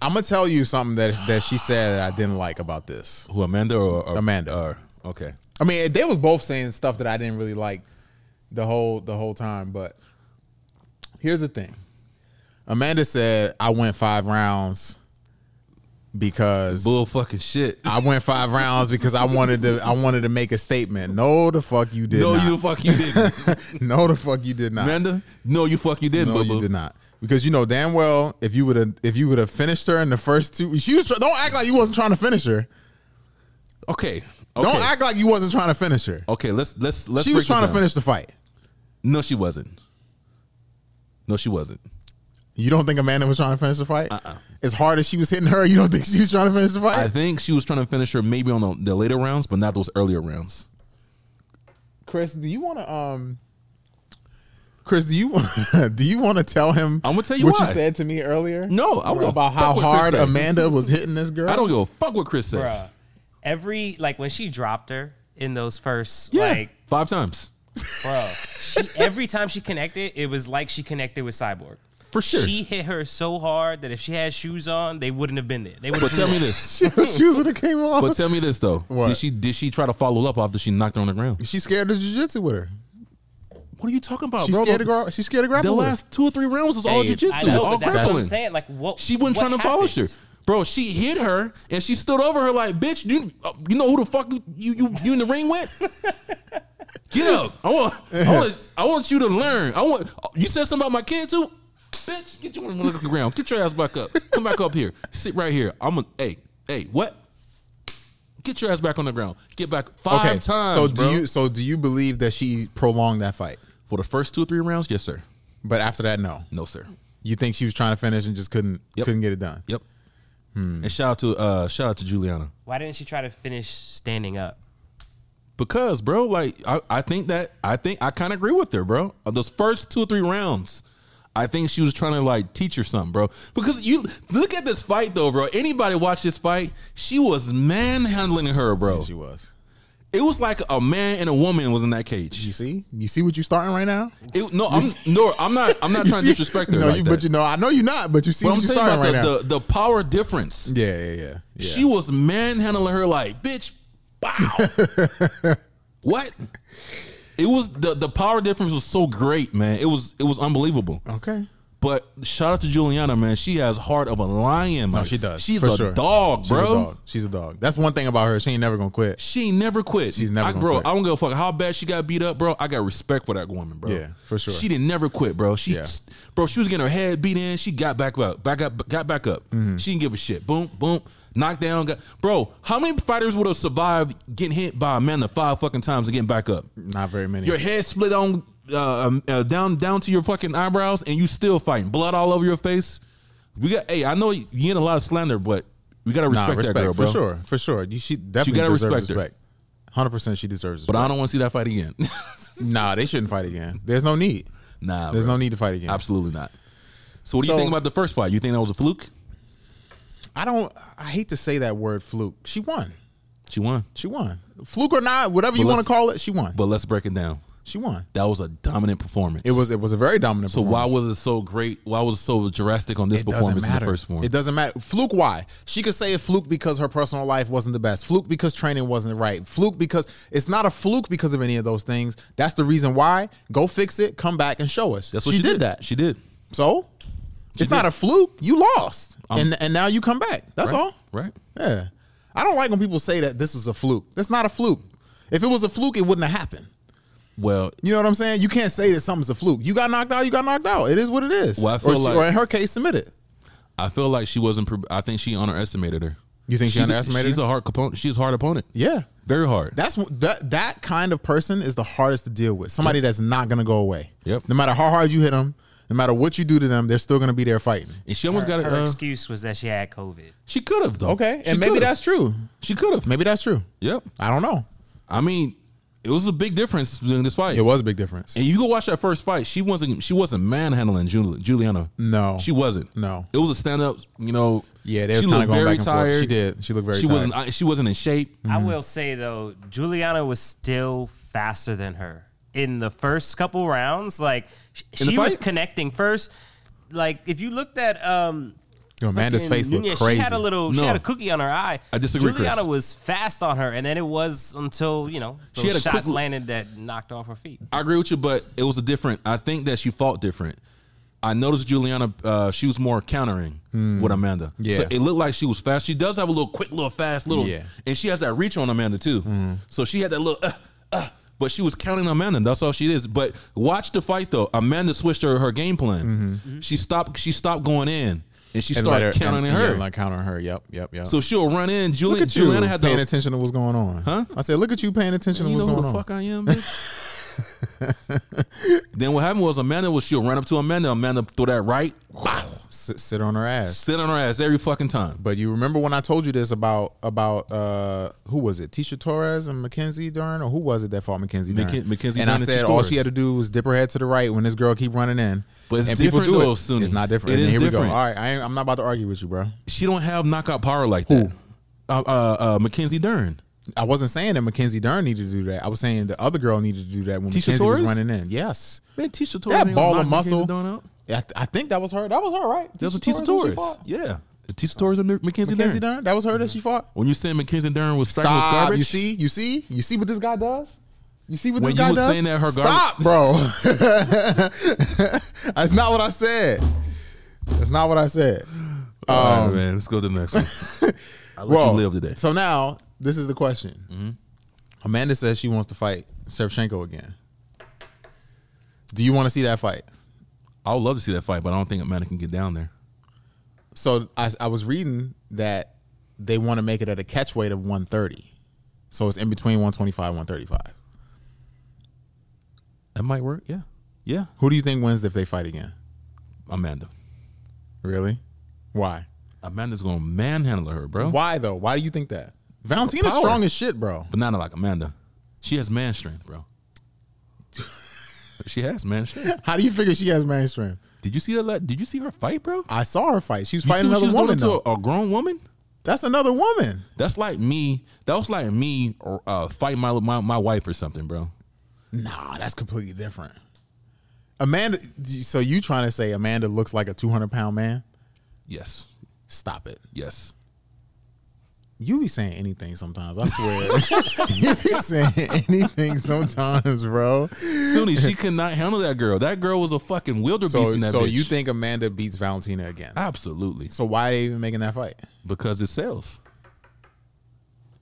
I'm gonna tell you something that that she said that I didn't like about this.
Who Amanda or, or
Amanda.
Or, okay.
I mean, they was both saying stuff that I didn't really like the whole the whole time. But here's the thing: Amanda said I went five rounds because
Bull fucking shit.
I went five rounds because I wanted to I wanted to make a statement. No, the fuck you did
no,
not.
you fuck you didn't.
no, the fuck you did not.
Amanda, no, you fuck you didn't,
no,
boo-boo.
you did not. Because you know damn well if you would have if you would have finished her in the first two, she was try- don't act like you wasn't trying to finish her.
Okay. okay.
Don't act like you wasn't trying to finish her.
Okay, let's let's let's
she was
break this
trying to
down.
finish the fight.
No, she wasn't. No, she wasn't.
You don't think Amanda was trying to finish the fight? As hard as she was hitting her, you don't think she was trying to finish the
Uh-uh. I
fight?
think she was trying to finish her maybe on the, the later rounds, but not those earlier rounds.
Chris, do you want to um? Chris, do you do you want to tell him?
I'm gonna tell you
what
why.
you said to me earlier.
No, I don't give a
about
fuck
how
what Chris
hard
said.
Amanda was hitting this girl.
I don't give a fuck what Chris says.
Bruh. Every like when she dropped her in those first
Yeah,
like
five times
bro. She, every time she connected, it was like she connected with Cyborg.
for sure.
She hit her so hard that if she had shoes on, they wouldn't have been there. They would
but
have.
tell me this.
She was shoes that came off.
But tell me this though.
What?
Did she did she try to follow up after she knocked her on the ground?
she scared of jujitsu with her.
What are you talking about,
She
bro?
scared
the,
of gra- she scared of grappling.
the
with her.
last two or three rounds was all
Hey,
jiu-jitsu,
I know,
all
but that's what I'm
grappling.
saying. Like what?
She wasn't
what
trying to polish her.
happened?
Bro, she hit her and she stood over her like, bitch, you uh, you know who the fuck you you, you, you in the ring with? Get up. I want, I want I want you to learn. I want you said something about my kid too? Bitch, get your on the ground. Get your ass back up. Come back up here. Sit right here. I'm a hey, hey, what? Get your ass back on the ground. Get back five
Okay,
times.
so do
bro.
you so do you believe that she prolonged that fight?
for the first two or three rounds? Yes, sir.
But after that, no.
No, sir.
You think she was trying to finish and just couldn't
Yep.
couldn't get it done?
Yep.
Hmm.
And shout out to uh shout out to Juliana.
Why didn't she try to finish standing up?
Because, bro, like I, I think that I think I kind of agree with her, bro. Uh, Those first two or three rounds, I think she was trying to like teach her something, bro. Because you look at this fight though, bro. Anybody watch this fight? She was manhandling her, bro.
She was.
It was like a man and a woman was in that
You
cage.
see, you see what you starting right now.
It- no, I'm no, I'm not. I'm not
You
trying to
see-
disrespect her.
No,
like
you,
that.
but you know, I know you're not. But you see
But
what
I'm
you
talking
starting
about
right now.
the, the the power difference.
yeah, yeah, yeah, yeah.
She was manhandling her like, bitch, bow. what? It was the the power difference was so great, man. It was it was unbelievable.
okay.
But shout out to Juliana, man. She has heart of a lion.
No,
like,
she does.
She's
for
a
sure.
dog,
She's
bro.
a dog. She's a dog. That's one thing about her. She ain't never gonna quit.
She ain't never quit.
She's never
I,
gonna
bro.
quit.
I don't give a fuck how bad she got beat up, bro. I got respect for that woman, bro.
Yeah, for sure.
She didn't never quit, bro. She,
Yeah.
bro, she was getting her head beat in. She got back up, back up, got back up.
Mm-hmm.
She didn't give a shit. Boom, boom, knocked down. Got, bro, how many fighters would have survived getting hit by Amanda five fucking times and getting back up?
Not very many.
Your head split on uh, um, uh, down down to your fucking eyebrows, and you still fighting, blood all over your face. We got. Hey, I know you getting a lot of slander, but we gotta
nah,
respect,
respect
that girl, bro.
for sure, for sure. You she definitely
gotta
deserves
respect her.
respect. Hundred percent, she deserves.
But I
respect.
don't want to see that fight again.
nah, they shouldn't fight again. There's no need.
Nah,
There's
bro.
no need to fight again.
Absolutely not. So what do
So-
you think about the first fight? You think that was a fluke?
I don't. I hate to say that word fluke. She won.
She won,
She won. Fluke or not, whatever you
But
want to
let's-
call it, she won.
but let's break it down.
She won.
That was a dominant performance.
It was it was a very dominant.
So why was it so great? Why was it so drastic on this performance in the first one?
It doesn't matter. Fluke why? She could say a fluke because her personal life wasn't the best. Fluke because training wasn't right. Fluke because it's not a fluke because of any of those things. That's the reason why. Go fix it. Come back and show us.
That's what
she, did, that.
She did.
so it's not a fluke. You lost, and and now you come back. That's all.
Um, Right.
Yeah. I don't like when people say that this was a fluke. That's not a fluke. If it was a fluke, it wouldn't have happened.
Well,
You know what I'm saying? You can't say that something's a fluke. You got knocked out. You got knocked out. It is what it is.
Well, I
or,
feel
she-
like-
or in her case, submit it.
I feel like she wasn't. pre- I think she underestimated her.
You think she
She's a-
underestimated
She's
her?
a hard component. She's a hard opponent.
Yeah,
Very hard.
that's wh- that. That kind of person is the hardest to deal with. Somebody that's not gonna go away.
Yep.
No matter how hard you hit them, no matter what you do to them, they're still gonna be there fighting.
and she almost
Her,
got it.
her
uh,
excuse was that she had COVID.
she could have though. She
and maybe
could've.
that's true.
she could have.
Maybe that's true.
Yep.
I don't know.
I mean, it was a big difference in this fight.
It was a big difference.
And you go watch that first fight. She wasn't. She wasn't manhandling Jul- Juliana.
No.
she wasn't.
No.
it was a stand up. You know.
yeah, they was
she
kind of
looked
going
very
back and
tired.
forth. She did. She looked very
She
tired.
wasn't. I- She wasn't in shape.
I will say though, Juliana was still faster than her in the first couple rounds. Like sh-
In the
she was
fight?
connecting first. Like if you looked at um,
Yo, Amanda's
fucking
face looked
Nunez,
crazy.
She had a little.
No.
She had a cookie on her eye.
I disagree,
Juliana
Chris.
was fast on her, and then it was until you know those
She had a
shots
quick-
landed that knocked off her feet.
I agree with you, but it was a different. I think that she fought different. I noticed Juliana. Uh, she was more countering with Amanda.
Hmm. Yeah.
so it looked like she was fast. She does have a little quick, little fast, little,
Yeah. Hmm.
and she has that reach on Amanda too. So she had that little. Uh, uh, but she was counting Amanda. That's all she is. But watch the fight though. Amanda switched her, her game plan. Mm-hmm. She stopped. She stopped going in, and she
Mm-hmm. And
started
let her-
counting
and-
her.
Yeah, like countering her. Yep, yep, yep.
so she'll run in. Julian,
look at you
Juliana had
paying
the.
attention to what's going on.
Huh?
I said, look at you paying attention to
You
what's
know who
going
the
on.
fuck I am, bitch. then what happened was Amanda was she'll run up to Amanda. Amanda threw that right,
Sit, sit on her ass.
sit on her ass every fucking time.
But you remember when I told you this about about uh who was it? Tisha Torres and Mackenzie Dern, or who was it that fought Mackenzie Dern?
Macken- Mackenzie
and I
Dern and
said
Tisha
all
Torres.
she had to do was dip her head to the right when this girl keep running in.
But it's
and people
different
do
though,
it.
Sunni.
It's not different.
It
And
is
here we
different.
go. All right, I ain't, I'm not about to argue with you, bro.
She don't have knockout power like that. Uh, uh, uh, Mackenzie Dern.
I wasn't saying that Mackenzie Dern needed to do that. I was saying the other girl needed to do that when
Tisha
Mackenzie
Torres?
was running in. Yes.
Man, Tisha Torres.
That
ain't gonna
ball of
knock Mackenzie
muscle.
Dern out.
I, th- I think that was her. That was her, right?
That was a
who
Tisha
she
Torres.
fought?
Yeah, Tisha Torres and Mackenzie,
Mackenzie
Dern. Mm-hmm.
Dern. That was her that she fought.
When you said Mackenzie Dern was striking was
Stop.
garbage,
You see? You see? You see what this guy does? You see what
When
this guy
you was
does?
saying that her
Stop, bro. That's not what I said. That's not what I said.
All
Um,
right, man. Let's go to the next one. I let
Well,
you live today. Mm-hmm.
So now this is the question. Amanda says she wants to fight Shevchenko again. Do you want to see that fight?
I would love to see that fight, but I don't think Amanda can get down there.
So I, I was reading that they want to make it at a catch weight of 130. So it's in between 125 135.
That might work. Yeah, yeah.
Who do you think wins if they fight again?
Amanda.
Really? Why?
Amanda's gonna manhandle her, bro.
Why though? Why do you think that? Valentina's
Power.
strong as shit, bro.
But not like Amanda. She has man strength, bro. she has man strength.
How do you figure she has man strength?
Did you see that? la- Did you see her fight, bro?
I saw her fight. She was
You see
fighting
what she
another
was doing
woman.
to
Though.
a, a grown woman.
That's another woman.
That's like me. That was like me or uh, fight my, my my wife or something, bro.
Nah, that's completely different. Amanda, so you trying to say Amanda looks like a two hundred pound man?
Yes,
Stop it.
yes.
You be saying anything sometimes. I swear. you be saying anything sometimes, bro.
Sunni, she could not handle that girl. That girl was a fucking wildebeest
So,
in that
so
bitch.
you think Amanda beats Valentina again?
Absolutely,
So why are they even making that fight?
because it sells.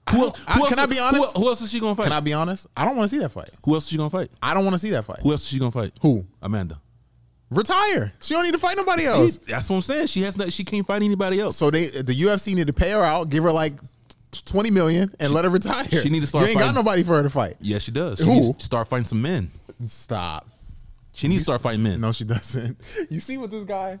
Who else,
I- can I be honest?
Who, who else is she gonna fight?
Can I be honest? I don't want to see that fight.
who else is she gonna fight?
I don't want to see that fight.
Who else is she gonna fight?
Who?
Amanda.
Retire. She don't need to fight nobody else.
That's what I'm saying. She has not. She can't fight anybody else.
So they the UFC need to pay her out, give her like t- twenty million, and let her retire.
she need to start
You ain't got
fighting.
nobody for her to fight.
yes, she does. She
Who?
needs to start fighting some men.
Stop.
She needs to start fighting men.
No, she doesn't. You see what this guy?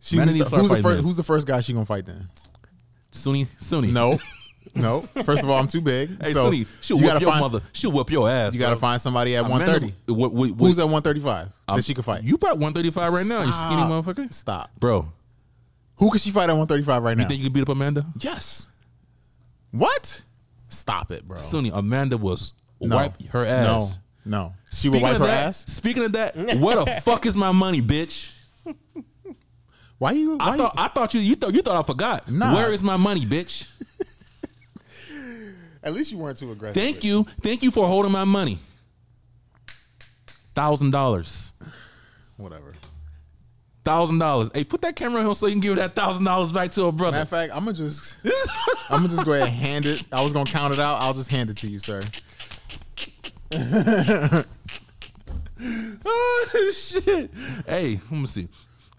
She
Man,
needs
they need
to-
to start
who's the
fighting
first?
men.
Who's the first guy she gonna fight then?
Sunni, Sunni.
No, No, first of all, I'm too big.
Hey,
so
Sunny, she'll
you
whip
gotta
your
find
mother. She'll whip your ass.
you gotta
bro.
find somebody at
A man-
130.
What, what, what,
Who's at 135 that she could fight?
You about 135 right now, you skinny
Stop.
motherfucker.
Stop.
Bro,
Who could she fight at 135 right now?
you think you can beat up Amanda?
yes. What? Stop it, bro.
Sunny, Amanda was
No.
wipe her ass.
No, no. She would wipe
of
her
that,
ass.
Speaking of that, where the fuck is my money, bitch?
Why you? Why
I thought I thought you you thought you thought I forgot.
Nah.
Where is my money, bitch?
you, at least you weren't too aggressive.
Thank you, thank you for holding my money. Thousand dollars,
Whatever.
thousand dollars. Hey, put that camera on so you can give that thousand dollars back to a brother.
Matter of fact, I'm gonna just, I'm gonna just go ahead and hand it. I was gonna count it out. I'll just hand it to you, sir.
Oh shit. Hey, let me see.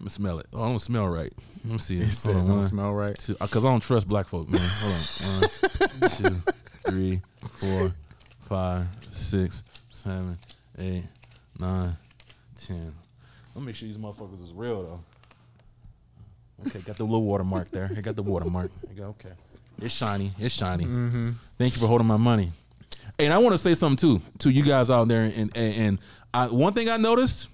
Let me smell it. Oh, I don't smell right. Let me see. It
Said, don't smell right.
Because uh, I don't trust black folk, man. Hold on. One, two, three, four, five, six, seven, eight, nine, ten. Let me make sure these motherfuckers is real though. Okay, got the little watermark there. I got the watermark. I got okay. It's shiny. It's shiny. Thank you for holding my money. And I want to say something too to you guys out there. And and, and I, one thing I noticed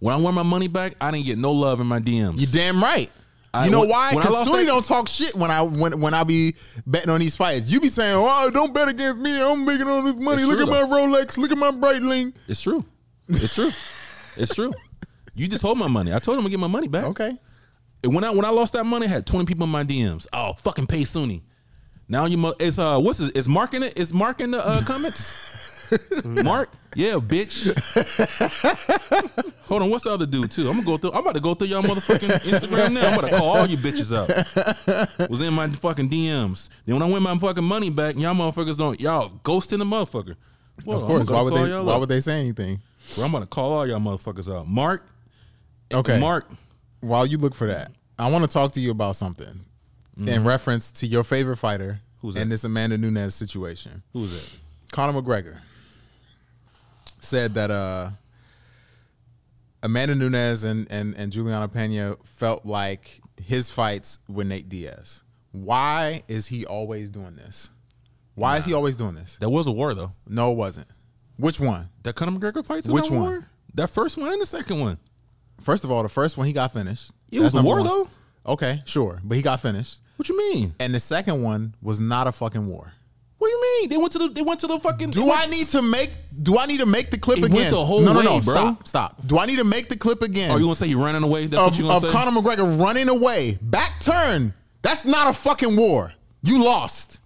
when I won my money back, I didn't get no love in my DMs.
You damn right.
I-
you know
when-
why?
when I
Because
lost
Sunny
that-
don't talk shit when I when when I be betting on these fights. You be saying, "Oh, don't bet against me. I'm making all this money.
It's
Look
true,
at my Rolex. Look at my Breitling."
It's true. It's true. it's true. You just hold my money. I told him to get my money back.
Okay.
And when I when I lost that money, I had twenty people in my DMs. Oh, fucking pay Suni. Now you mu- it's uh what's it? It's marking it. It's marking the uh, comments. Mark, yeah, bitch. Hold on, what's the other dude too? I'm gonna go through. I'm about to go through y'all motherfucking Instagram now. I'm about to call all you bitches up. Was in my fucking DMs. Then when I win my fucking money back, y'all motherfuckers don't y'all ghosting the motherfucker. Well,
Of
I'm
course.
gonna
Why would
call
they?
y'all
Why
up.
would they say anything?
Bro, I'm about to call all y'all motherfuckers out. Mark,
Okay.
Mark,
While you look for that, I want to talk to you about something in reference to your favorite fighter
Mm-hmm. Who's that?
and this Amanda Nunes situation.
who's that?
Conor McGregor said that uh, Amanda Nunes and, and, and Juliana Pena felt like his fights with Nate Diaz. Why is he always doing this? Why is he always doing this?
That was a war though.
No, it wasn't. Which one?
That Conor McGregor fights.
Which
Which one?
one?
War? That first one and the second one.
First of all, the first one he got finished.
It was
That's
a
number
war
one.
though.
Okay, sure, but he got finished.
What you mean?
And the second one was not a fucking war.
What do you mean? They went to the they went to the fucking.
Do I need to make? Do I need to make the clip
It went
again?
the whole
no, no,
way,
no.
bro.
Stop, stop. Do I need to make the clip again?
Are Oh, you gonna say you running away? That's what
of,
you gonna
of
say?
Conor McGregor running away, back turn. That's not a fucking war. You lost.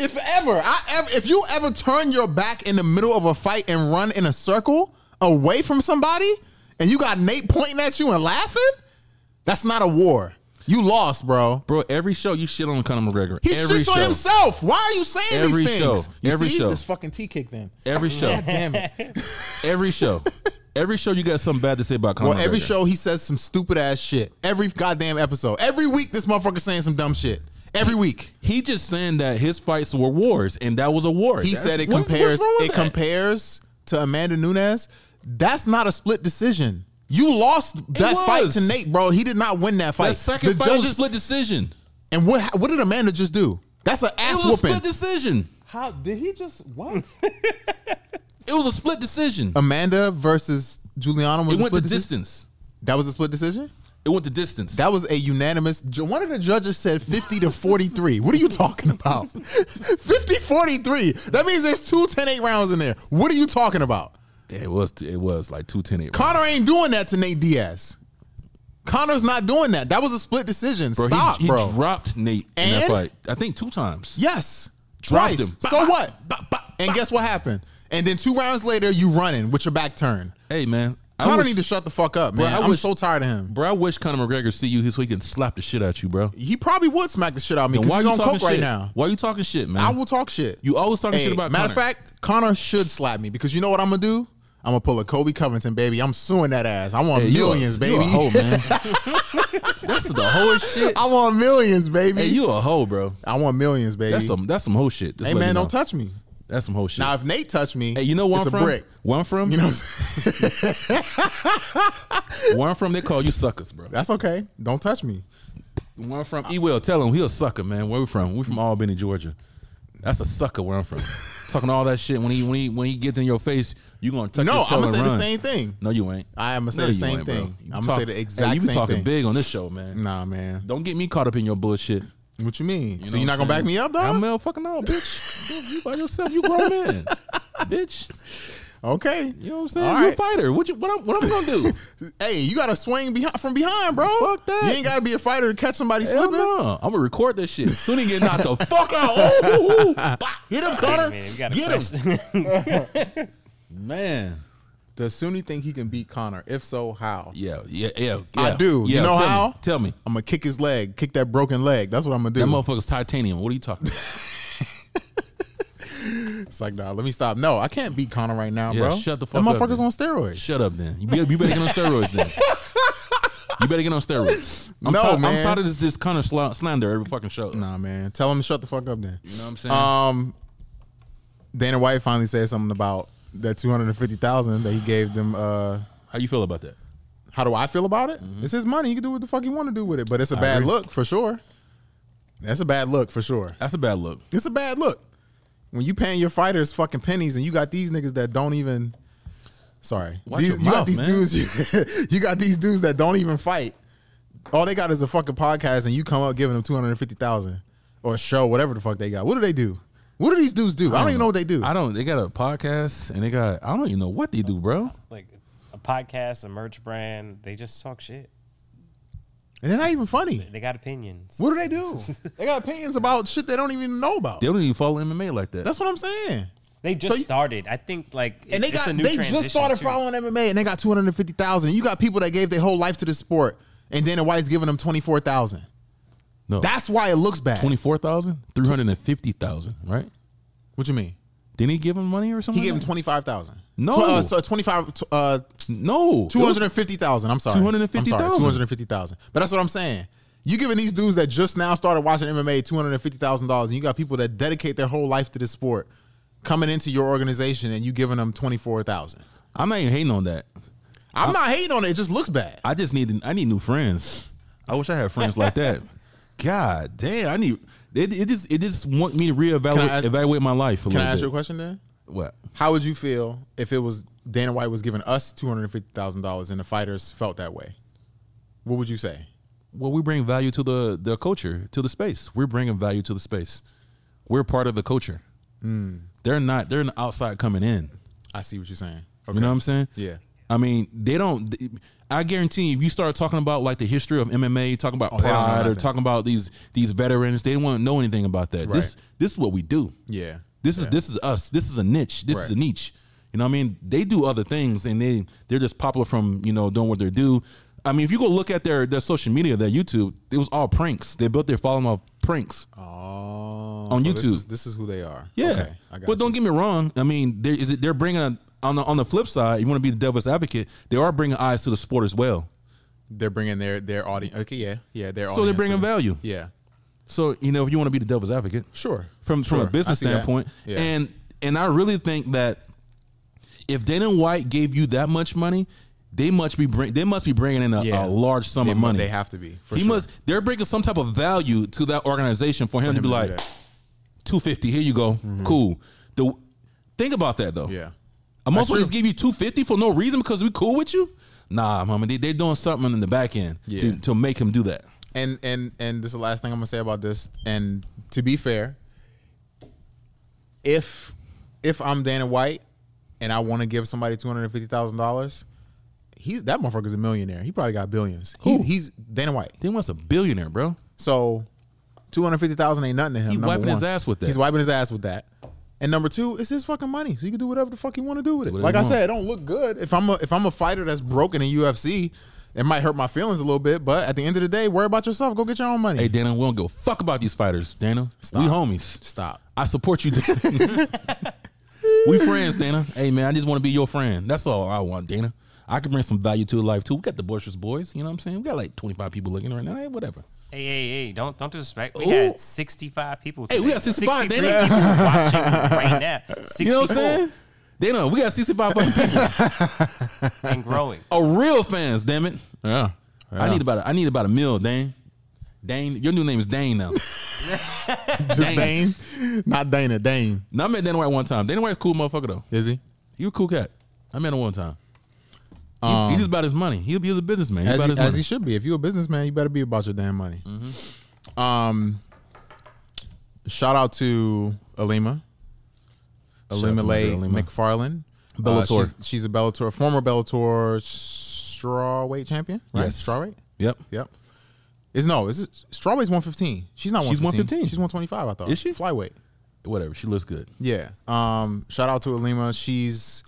If ever, I ever, if you ever turn your back in the middle of a fight and run in a circle away from somebody, and you got Nate pointing at you and laughing, that's not a war. You lost, bro.
Bro, every show you shit on Conor McGregor.
He
every
shits
show.
on himself. Why are you saying
Every
these
show.
things? You
Every
see?
show.
This fucking T kick then.
Every show.
Damn it.
every show. Every show you got something bad to say about Conor.
Well, every
McGregor.
show he says some stupid ass shit. Every goddamn episode. Every week this motherfucker saying some dumb shit. Every week.
He just saying that his fights were wars, and that was a war.
He
That's-
said it
what- what's
compares
wrong with
it
that?
compares to Amanda Nunes. That's not a split decision. You lost that fight
was.
to Nate, bro. He did not win that fight.
That second
the
fight
judges
was a split decision.
and what what did Amanda just do? That's an
It
ass
was a
whooping.
split decision.
How did he just what?
It was a split decision.
Amanda versus Juliana was a
It went to
split decision?
distance.
That was a split decision?
It went to distance.
That was a unanimous. ju- One of the judges said 50 to 43. What are you talking about? 50 43. That means there's two 10 8 rounds in there. What are you talking about?
Yeah, it was. It was like two ten eight.
Connor ain't doing that to Nate Diaz. Connor's not doing that. That was a split decision.
bro, he-
Stop,
he,
bro.
dropped Nate in that
And?
fight. I think two times.
yes.
Dropped
Twice.
him. Bah,
So
bah,
what? And guess what happened? And then two rounds later, you running with your back turn.
Hey man, I
Connor
wish,
need to shut the fuck up, man.
I
I'm
wish-
so tired of him.
bro. I wish Conor McGregor see you so he can slap the shit out you, bro.
He probably would smack the shit out of me
And
because
why
he's
you
on
talking
coke
shit?
right now.
Why you talking shit, man?
I will talk shit.
you always talking
Hey,
shit about.
matter of
Conor.
fact, Connor should slap me because you know what I'm gonna do? I'm gonna pull a Kobe Covington, baby. I'm suing that ass. I want
Hey, you a-
millions,
you a
baby.
hoe, man. That's the whole shit.
I want millions, baby.
Hey, you a hoe, bro.
I want millions, baby.
That's some. That's some whole shit. Just
hey
let
man,
you know.
don't touch me.
That's some whole shit.
Now if Nate touched me,
Hey, you know where
it's
I'm
a
from?
brick.
Where I'm from?
You know,
where I'm from, they call you suckers, bro.
that's okay. Don't touch me.
Where I'm from, he will tell him he a sucker, man. Where we from? We from Albany, Georgia. That's a sucker. Where I'm from, talking all that shit. When he when he when he gets in your face, you gonna touch.
No,
your toe
I'm gonna
and
say the
run.
same thing.
No, you ain't.
I am gonna say
No,
the
you
same
ain't, bro.
thing.
You
I'm
talk-
gonna say the
Hey,
exact
You be
same
talking
thing. Mm.
big on this show, man.
Nah, man.
Don't get me caught up in your bullshit.
What you mean? so
know
you're not
what
gonna
I'm
back me
saying?
up, dog?
I'm male fucking out, bitch. you, you by yourself. You grown man, bitch.
okay.
You know what I'm saying?
All
You a
right.
fighter. What you what I'm what I'm gonna do?
Hey, you gotta swing behind from behind, bro.
Fuck that.
You ain't gotta be a fighter to catch somebody
Hell
slipping.
no. I'm gonna record this shit. Soon he get knocked the fuck out. Ooh, ooh, ooh. Bah. Get him,
Wait
Connor.
a minute, we got a
Get him,
question.
man.
Does Sunni think he can beat Connor? If so, how?
Yeah, yeah, yeah.
I
yeah.
do. You
Yeah,
know
tell
how?
Me, tell me,
I'm gonna kick his leg, kick that broken leg. That's what I'm gonna
that
do.
motherfucker's titanium. What are you talking about?
it's like, nah, let me stop. No, I can't beat Connor right now,
Yeah,
bro.
shut the
That
fuck up,
motherfucker's
then.
on steroids.
Shut up, then. You better, you better get on steroids, then. You better get on steroids. I'm
No,
tired, I'm
man.
tired of this, this Connor sl- slander every fucking show.
Nah, man. Tell him to shut the fuck up then.
You know what I'm saying?
Um, Dana White finally said something about that 250,000 that he gave them. Uh,
how you feel about that?
how do I feel about it? It's his money. He can do what the fuck he want to do with it, but it's a bad
Mm-hmm. agree.
look for sure. That's a bad look for sure.
That's a bad look.
It's a bad look. When you paying your fighters fucking pennies and you got these niggas that don't even sorry.
Watch
These-
your
you
mouth,
got these
man.
dudes you, you got these dudes that don't even fight. All they got is a fucking podcast and you come up giving them 250,000 or a show whatever the fuck they got. What do they do? What do these dudes do? I don't, even know what they do.
I don't. They got a podcast and they got. I don't even know what they do, bro.
like a podcast, a merch brand. They just talk shit.
and they're not even funny.
They got opinions.
What do they do? they got opinions about shit they don't even know about.
They don't even follow MMA like that.
That's what I'm saying.
They just
So you-
started. I think like it-
and they
it's
got
a new
they
transition,
just started
too.
following MMA and they got two hundred and fifty thousand. You got people that gave their whole life to the sport, and Dana White's giving them twenty four thousand.
no,
That's why it looks bad.
twenty four thousand, three hundred and fifty thousand, right?
What you mean?
Didn't he give him money or something?
He gave him
like
twenty five thousand.
No.
uh, so twenty five, uh,
that? no
two hundred and fifty thousand. I'm sorry, I'm sorry,
250,000.
two hundred and fifty thousand. But that's what I'm saying. You giving these dudes that just now started watching MMA two hundred and fifty thousand dollars, and you got people that dedicate their whole life to this sport coming into your organization, and you giving them twenty four thousand.
I'm not even hating on that.
I'm not hating on it; it just looks bad.
I just need I need new friends. I wish I had friends like that. God damn, I need it, it just it just want me to reevaluate
ask-
evaluate my life a
Can
little
I ask
bit.
you a question then?
What?
How would you feel if it was Dana White was giving us two hundred and fifty thousand dollars and the fighters felt that way? What would you say?
Well, we bring value to the the culture, to the space. We're bringing value to the space. We're part of the culture.
Hmm.
They're not. They're an outside coming in.
I see what you're saying.
You know what I'm saying?
Yeah.
I mean, they don't. I guarantee if you start talking about like the history of MMA, talking about
they don't know
pride, or
Oh, nothing.
talking about these these veterans, they won't know anything about that. This
Right.
this is what we do.
Yeah.
This is this is us. This is a niche. This is a
Right.
niche. You know what I mean? They do other things and they they're just popular from, you know, doing what they do. I mean, if you go look at their their social media, their YouTube, it was all pranks. They built their following off pranks.
Oh,
On
This
YouTube.
is, this is who they are.
Yeah.
Okay, I got
but don't
you.
get me wrong. I mean, there is it, they're bringing a, on the on the flip side, you want to be the devil's advocate, they are bringing eyes to the sport as well.
they're bringing their their audience. Okay, yeah, yeah, their
So they're
audience
bringing
in.
value.
Yeah,
So, you know, if you want to be the devil's advocate,
sure.
from from
Sure.
a business
I see that.
standpoint.
Yeah.
And and I really think that if Dana White gave you that much money, they must be bring they must be bringing in a,
Yeah.
a large sum
they,
of
mu-
money.
They have to be. For
he
sure.
must they're bringing some type of value to that organization for him, to
Him to do
be like
that. Mm-hmm.
two fifty. Here you go, cool. The think about that though.
yeah.
a motherfucker
true.
just give you two fifty for no reason because we cool with you. Nah, mama, they they doing something in the back end
Yeah.
to, to make him do that.
And and and this is the last thing I'm gonna say about this. And to be fair, if if I'm Dana White and I want to give somebody two hundred and fifty thousand dollars, he's that motherfucker's a millionaire. He probably got billions. He,
Who?
he's Dana White.
They wants a billionaire, bro.
So two hundred fifty thousand ain't nothing to him.
He
number
wiping his
one.
ass with that.
He's wiping his ass with that. And number two, it's his fucking money, so you can do whatever the fuck you want to do with it.
whatever
Like
you
I
want.
said, it don't look good. If I'm a if I'm a fighter that's broken in UFC, it might hurt my feelings a little bit. But at the end of the day, worry about yourself. Go get your own money.
Hey, Dana, we don't give a fuck about these fighters, Dana.
Stop.
We homies.
Stop.
I support you. Dana. we friends, Dana. Hey, man, I just want to be your friend. That's all I want, Dana. I can bring some value to your life too. We got the boisterous boys. You know what I'm saying? We got like 25 people looking right now. Hey, whatever.
Hey, hey, hey! Don't don't disrespect. We had
Ooh.
65 people.
Hey,
Today.
we got 65,
63
damn.
people watching right now. 64
You know what I'm saying? They know we got 65 fucking people.
and growing.
A real fans, damn it.
Yeah.
I need about a, I need about a meal, Dane. Dane, your new name is Dane now.
Just Dane. Not Dana, Dane.
now I met Dana White one time. Dana White's a cool motherfucker though.
Is he?
He was a cool cat. I met him one time. He, he just about his money. He, he was a businessman.
As
He's about
he,
his
as
money.
he should be. If you're a businessman, you better be about your damn money.
Mm-hmm.
Um, shout out to Alima,
Shout out to my
Alimile
girl, Alima. Uh,
McFarland.
Bellator.
she's, she's a Bellator, former Bellator strawweight champion. Right?
Yes.
strawweight.
Yep.
Yep. Is no, is it, strawweight's one fifteen. She's not one
She's
fifteen.
115.
She's one twenty five. I thought.
Is she?
flyweight?
Whatever. She looks good.
Yeah. Um. Shout out to Alima. She's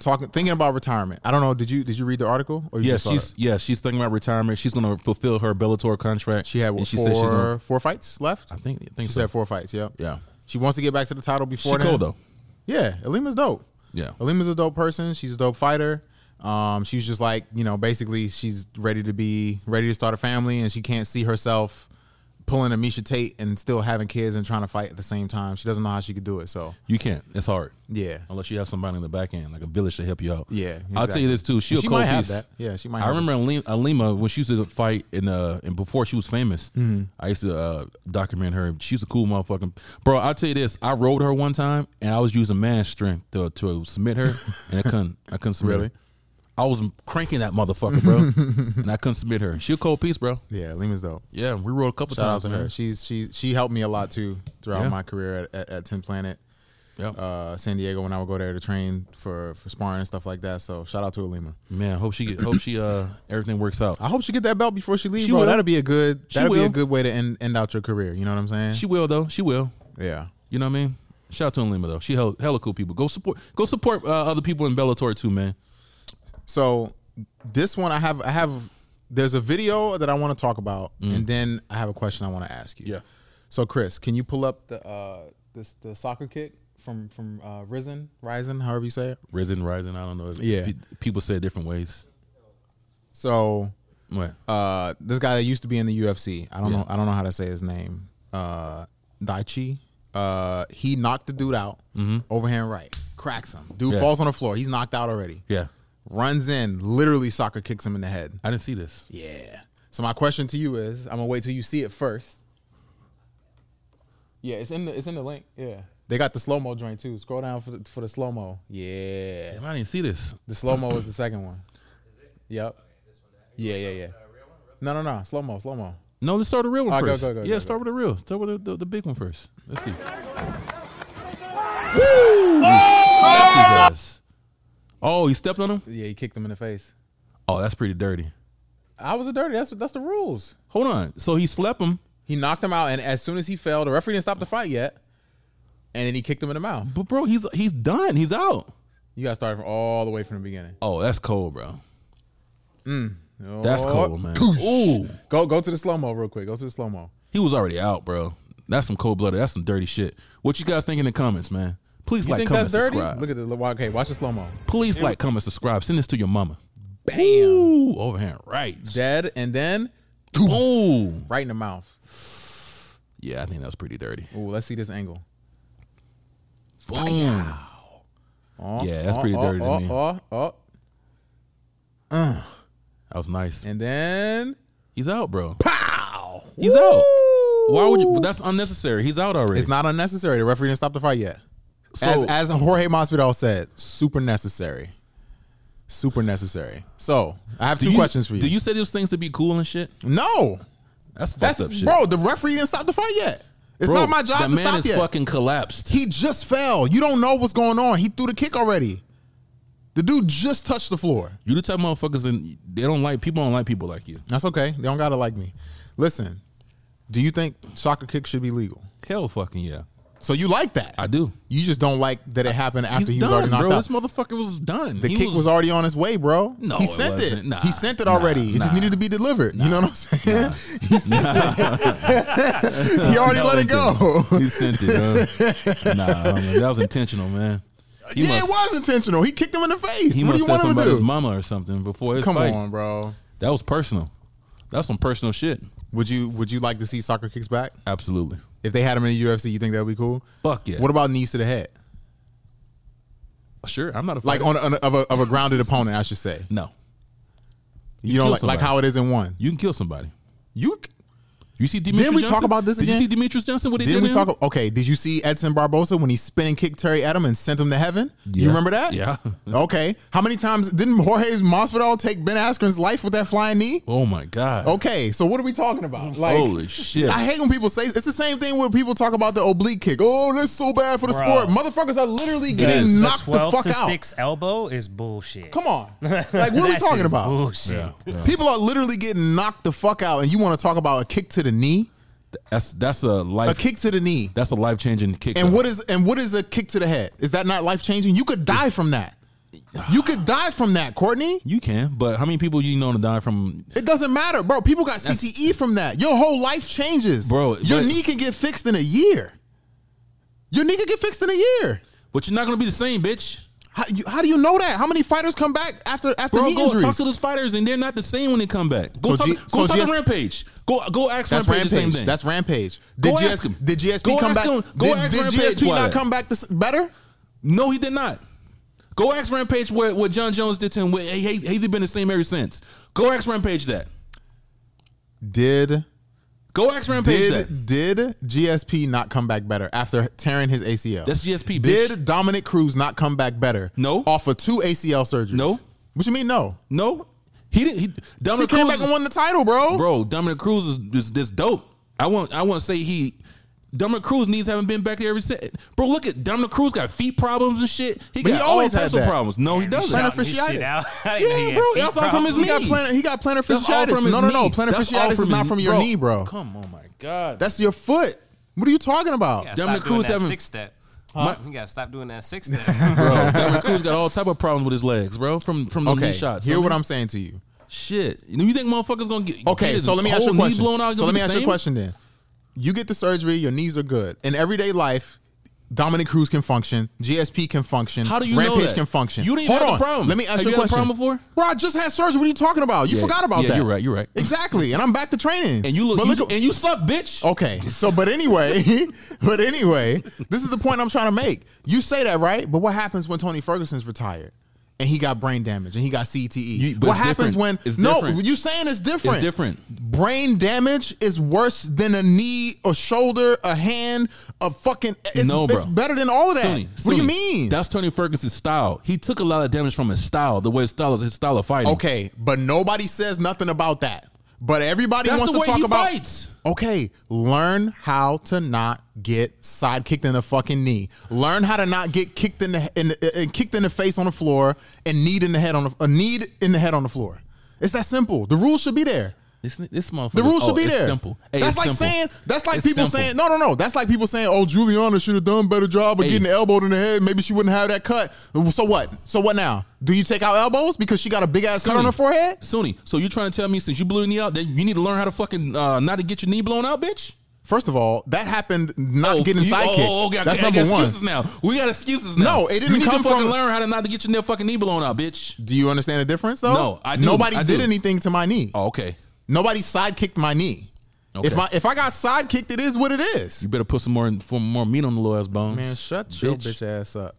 talking, thinking about retirement. I don't know. Did you did you read the article? Or you
Yeah,
just saw
she's
that?
yeah, she's thinking about retirement. She's gonna fulfill her Bellator contract.
She had what,
And she
four
said she's gonna-
four fights left.
I think I think
She
so.
said four fights. Yep.
yeah.
She wants to get back to the title before.
She
then.
cool though.
Yeah, Alima's dope.
Yeah.
Alima's a dope person. She's a dope fighter. Um, she's just like you know, basically she's ready to be ready to start a family, and she can't see herself pulling a Misha Tate and still having kids and trying to fight at the same time. She doesn't know how she could do it. So
You can't. It's hard.
yeah,
Unless you have somebody in the back end, like a village to help you out.
Yeah,
I'll tell
exactly.
you this too. She,
She
a cold
might have
piece.
that. Yeah, she might
I
have
remember in Lima, Lima when she used to fight in uh and before she was famous.
Mm-hmm.
I used to uh, document her. She's a cool motherfucking bro. I'll tell you this. I rode her one time and I was using man strength to to submit her and I couldn't. I couldn't submit.
Really?
Her. I was cranking that motherfucker, bro, and I couldn't submit her. She a cold piece, bro.
yeah, Alima's dope.
Yeah, we rode a couple
Shout out
times.
to
man.
her. She's she she helped me a lot too throughout
Yeah.
my career at, at, at Ten Planet,
Yeah.
uh, San Diego when I would go there to train for for sparring and stuff like that. So shout out to Alima.
Man, hope she get, hope she uh everything works out.
I hope she get that belt before she leaves.
She
bro.
will.
That'll be a good
She
that'll be a
will.
good way to end, end out your career. You know what I'm saying?
She will though. She will.
yeah.
You know what I mean? Shout out to Lima though. She hell, hella cool people. Go support go support uh, other people in Bellator too, man.
So this one I have I have there's a video that I want to talk about, and then I have a question I want to ask you.
Mm. Yeah.
So Chris, can you pull up the uh this the soccer kick from from uh Risen Rising, however you say it?
Risen, rising. I don't know. If
Yeah.
pe- people say it different ways.
So
What?
uh this guy that used to be in the UFC. I don't
Yeah.
know I don't know how to say his name. Uh Daichi. Uh he knocked the dude out, overhand right, cracks him. Dude
Mm-hmm. Yeah.
falls on the floor. He's knocked out already.
yeah,
Runs in, literally soccer kicks him in the head.
I didn't see this.
Yeah. So my question to you is, I'm gonna wait till you see it first. Yeah, it's in the it's in the link. Yeah. They got the slow mo joint too. Scroll down for the, for the slow mo. Yeah.
Damn, I didn't see this.
The slow mo is the second one. Yep. Yeah, yeah, yeah. No, no, no. Slow mo, slow mo.
No, let's start with the real
All
one
right, go,
first.
go, go,
yeah,
go,
start with the real. Start with the, the, the big one first. Let's see. Woo! Smacked his ass. Oh, you stepped on him.
Yeah, he kicked him in the face.
Oh, that's pretty dirty.
I was a dirty. That's that's the rules.
Hold on. So he slept him,
He knocked him out, and as soon as he fell, the referee didn't stop the fight yet. And then he kicked him in the mouth.
but bro, he's he's done. He's out.
You got to start from all the way from the beginning.
Oh, that's cold, bro. That's
Oh.
cold, man. Ooh.
Go go to the slow mo real quick. Go to the slow mo.
He was already out, bro. That's some cold blooded. That's some dirty shit. What you guys think in the comments, man? Please
You
like,
think
comment,
that's dirty?
subscribe.
Look at the okay. Watch the slow mo.
Please like, comment, subscribe. Send this to your mama.
Bam.
Ooh, overhand right.
Dead and then
Ooh.
right in the mouth.
Yeah, I think that was pretty dirty.
Ooh, let's see this angle.
Boom.
Oh,
Yeah, that's pretty
oh,
dirty to
oh,
me.
Oh, oh,
That was nice.
and then
He's out, bro.
pow.
He's out. Why would you? but That's unnecessary. He's out already.
It's not unnecessary. The referee didn't stop the fight yet.
So-
as as Jorge Masvidal said, super necessary. Super necessary. So I have two
Do you-
questions for you.
Do you say those things to be cool and shit?
No,
That's fucked
that's
up shit.
bro. The referee didn't stop the fight yet. It's
Bro,
not my job
that
to
man
stop
is
yet.
fucking collapsed.
He just fell. You don't know what's going on. He threw the kick already. The dude just touched the floor.
you the type of motherfuckers and they don't like people don't like people like you.
That's okay. They don't gotta like me. Listen, do you think soccer kicks should be legal?
Hell fucking yeah.
So you like that?
I do.
You just don't like that it happened after
He's
he was
done,
already knocked
bro.
out.
This motherfucker was done.
the
He
kick was, already on his way, bro.
No,
he
it
sent it.
wasn't. Nah,
he sent it
nah,
already. it
nah.
just needed to be delivered. You know what I'm saying? He, sent it. he already
No,
let
he
it go.
didn't. He sent it. Huh? nah, man, that was intentional, man. He
yeah, it
must,
was intentional. He kicked him in the face.
he
What do
must
you
said
want him to
somebody's
do?
mama or something before his
Come
fight.
on, bro.
That was personal. That's some personal shit.
Would you Would you like to see soccer kicks back?
Absolutely.
If they had him in the UFC, you think that would be cool?
Fuck yeah.
What about knees to the head?
Sure, I'm not a
Like on,
fighter.
a, on a, of, a, of a grounded opponent, I should say.
no.
You, don't
kill
like, like
somebody.
how it is in one.
You can kill somebody.
You
You see Demetrius
we
Johnson?
talk about this
Did
again?
you see Demetrius Johnson? What he
didn't we
did to
talk?
him?
Okay, did you see Edson Barbosa when he spin kicked Terry Adam and sent him to heaven? You
Yeah.
remember that?
Yeah.
Okay. How many times didn't Jorge Masvidal take Ben Askren's life with that flying knee?
Oh my god.
Okay, so what are we talking about? Like,
Holy shit.
I hate when people say it's the same thing when people talk about the oblique kick. Oh, that's so bad for the
Bro.
sport. Motherfuckers are literally
It
getting
is.
knocked the,
Twelve
fuck
to
out.
six elbow is bullshit.
Come on, like what are we
That
talking
shit's
about?
Bullshit.
Yeah, yeah.
People are literally getting knocked the fuck out, and you want to talk about a kick to the knee?
That's that's a
A
life
kick to the knee.
that's a life changing kick.
And what is and what is a kick to the head? Is that not life changing? You could die from that. You could die from that, Courtney.
you can, but how many people you know to die from
It doesn't matter, bro. People got CTE from that. Your whole life changes,
Bro,
Your
but-
knee can get fixed in a year. Your knee can get fixed in a year.
but you're not gonna be the same, bitch.
How, you, how do you know that? How many fighters come back after after
Bro,
knee
go talk
injuries?
to those fighters and they're not the same when they come back. Go
So
talk,
G- so
go talk
GS
to Rampage. Go go ask
That's
Rampage,
rampage.
the same thing.
That's rampage. Did,
Go
GS,
ask 'em.
did GSP
Go
come
ask
back?
'em. Go
did
ask
did
Rampage
GSP
why
not
that.
come back this, better?
no, he did not. Go ask Rampage what, what John Jones did to him. Hey, hey, has he been the same ever since? Go ask Rampage that.
Did
Go ask Rampage that.
did did GSP not come back better after tearing his ACL?
That's GSP, bitch.
Did Dominic Cruz not come back better?
No.
Off of two ACL surgeries.
No.
What you mean no?
No, he didn't. He,
He
Dominic
came
Cruz,
back and won the title, bro.
bro. Dominic Cruz is this this dope. I won't. I won't say he. Dominic Cruz needs haven't been back there ever since. Bro, look at Dominic Cruz got feet problems and shit. He
But
got
he always
all
had
types
that.
of problems. No, he doesn't.
Plantar
Shouting his
fasciitis.
shit out. I didn't know he
yeah,
had
bro.
feet
That's all from his
problems.
He
knee.
got plantar, he got plantar
That's all
fasciitis.
from his
no, no, no.
knee.
Plantar
That's all
fasciitis is
his
not
knee.
from your knee, bro.
Come on, my god.
That's your foot. What are you talking about?
Yeah,
Dominic
stop doing
Cruz
that
haven't-
six step.
Huh?
You gotta stop doing that six step.
bro. Dominic Cruz got all type of problems with his legs, bro. From from the
Okay.
knee shots.
Hear
So,
what I'm saying to you.
shit. You think motherfuckers gonna get get
Okay,
his
so let me ask
whole
you a
knee
question.
blown out, he's
so
gonna
let me
be the
ask you a
same?
question then. You get the surgery, your knees are good. In everyday life, Dominic Cruz can function, GSP can function,
How do you know
Rampage
that?
can function.
You didn't
Hold
have the
on.
problem.
Let me ask
Have
you a
you had the
question.
problem before?
Bro, I just had surgery. What are you talking about? You
Yeah.
forgot about
Yeah,
that.
you're right, you're right.
Exactly. And I'm back to training.
And you look,
But Oh,
you-
at-
and you suck, bitch.
Okay. So, but anyway, but anyway, this is the point I'm trying to make. You say that, right? But what happens when Tony Ferguson's retired and he got brain damage and he got CTE?
You- but
what
it's
happens
different.
when?
It's
no,
different.
you saying it's different.
It's different.
Brain damage is worse than a knee, a shoulder, a hand, a fucking. It's,
No,
it's
bro.
better than all of that.
Sonny,
what
Sonny,
do you mean?
That's Tony Ferguson's style. He took a lot of damage from his style, the way his style is his style of fighting.
okay, but nobody says nothing about that. But everybody
that's
wants
the
to
way
talk
he
about
fights.
Okay, learn how to not get sidekicked in the fucking knee. Learn how to not get kicked in the in, the- and kicked in the face on the floor and kneed in the head on the a kneed in the head on the floor. It's that simple. The rules should be there.
This, this motherfucker.
The rules
oh,
should be
it's
there.
Simple. Hey,
that's
it's
like
simple.
saying that's like
It's
people
simple.
saying no no no. That's like people saying oh Juliana should have done better job of
Hey.
getting elbowed in the head. Maybe she wouldn't have that cut. So what? So what now? Do you take out elbows because she got a big ass cut
Sonny,
on her forehead?
Sonny, so you trying to tell me since you blew your knee out, then you need to learn how to fucking uh, not to get your knee blown out, bitch?
First of all, that happened not
Oh,
getting
you-
sidekicked.
Oh, oh, okay,
that's
I
number
got
one.
Excuses now. We got excuses now.
No, it didn't
you need
come
to fucking
from-
learn how to not to get your fucking knee blown out, bitch.
Do you understand the difference though?
No, I do.
Nobody
I
did
do.
anything to my knee.
Oh, okay.
Nobody sidekicked my knee.
Okay.
If my if I got sidekicked, it is what it is.
You better put some more for more meat on the little ass bones.
ass up.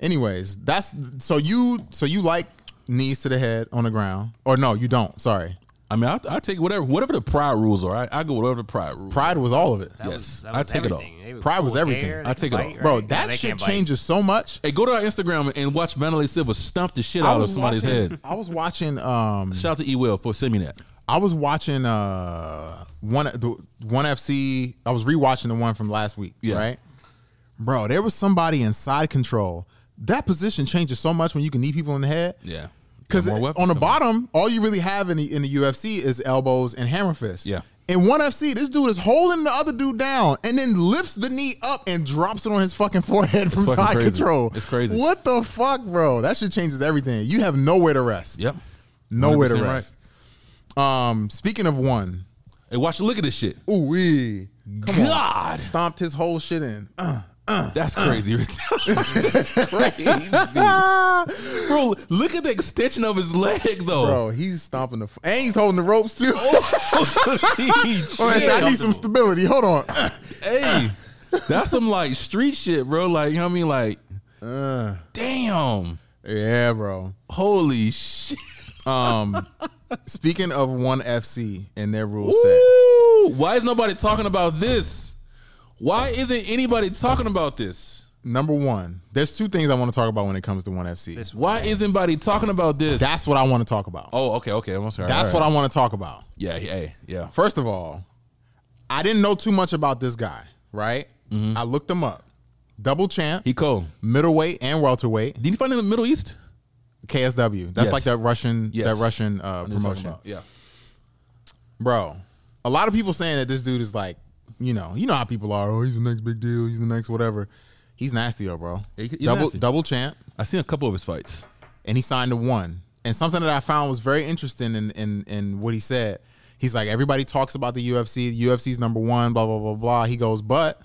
Anyways, that's so you so you like knees to the head on the ground. Or no, you don't. Sorry.
I mean, I, I take whatever whatever the pride rules are. I, I go whatever the pride rules.
Pride was all of it.
That
Yes,
was- that
I
was
take it all.
everything. They would
Pride was
pull
everything.
hair,
I
they
take it
could
all.
bite,
Bro,
right?
that
No, they
shit
can't bite.
changes so much.
Hey, go to our Instagram and watch Vanderlei Silva stomp the shit out of somebody's
watching,
head.
I was watching um
Shout out to E Will for sending me that.
I was watching uh one the one FC. I was rewatching the one from last week.
Yeah.
Right, bro. There was somebody in side control. That position changes so much when you can knee people in the head.
Yeah,
Because
More weapons
on the
coming.
bottom, all you really have in the in the UFC is elbows and hammer fists.
Yeah.
In one FC, this dude is holding the other dude down and then lifts the knee up and drops it on his fucking forehead from
fucking
side
crazy.
control.
It's crazy.
What the fuck, bro? That shit changes everything. You have nowhere to rest.
Yep.
Nowhere to
100% right.
rest. Um, speaking of one,
Hey, watch. Look at this shit.
Ooh wee. Come on.
God. Ah.
Stomped his whole shit in. Uh,
That's crazy. That's crazy.
Ah.
Bro, look at the extension of his leg, though.
Bro, he's stomping the f- and he's holding the ropes too. Oh, I,
Jeez.
said, I need some stability. Hold on.
hey, that's some like street shit, bro. Like, you know what I mean? Like, damn.
yeah, bro.
Holy shit.
Um, speaking of one FC and their rule set,
Ooh, why is nobody talking about this? Why isn't anybody talking about this?
number one, there's two things I want to talk about when it comes to one FC.
Why isn't anybody talking about this?
That's what I want to talk about.
oh, okay, okay. I'm sorry.
That's
All
what
right.
I want to talk about.
Yeah, hey, yeah.
First of all, I didn't know too much about this guy, right? I looked him up. Double champ,
Mm-hmm. He cold.
middleweight and welterweight,
Did you find him in the Middle East?
Oh, KSW. That's
Yes.
like that Russian,
Yes.
that Russian uh,
What are you talking
promotion,
about? Yeah.
bro. A lot of people saying that this dude is like, you know, you know how people are. Oh, he's the next big deal. He's the next whatever. He's nasty, though, bro.
He- he's
double
nasty.
double champ,
I seen a couple of his fights.
and he signed to one. And something that I found was very interesting in in, in what he said. He's like, everybody talks about the UFC. UFC's number one. Blah blah blah blah. He goes, but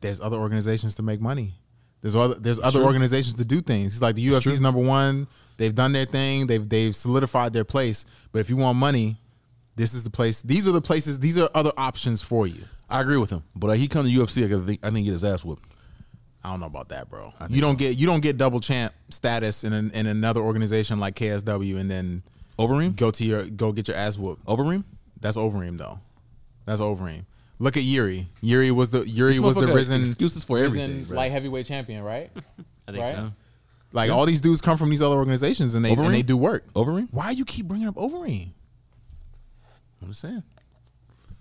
there's other organizations to make money. There's other there's other organizations to do things. He's like the UFC's number one. They've done their thing. They've they've solidified their place. But if you want money, this is the place. These are the places. These are other options for you.
I agree with him, but uh, he come to UFC. I think I think he get his ass whooped.
I don't know about that, bro. You don't get you don't get double champ status in an, in another organization like KSW, and then
Overeem,
go to your go get your ass whooped.
Overeem.
That's Overeem though. That's Overeem. Look at Yuri. Yuri was the Yuri was the
Motherfucker,
risen
excuses for everything. bro.
light heavyweight champion, right?
I think
Right?
so.
Like all these dudes come from these other organizations and they
Overeem?
and they do work.
Overeem.
Why you keep bringing up Overeem?
I'm just saying.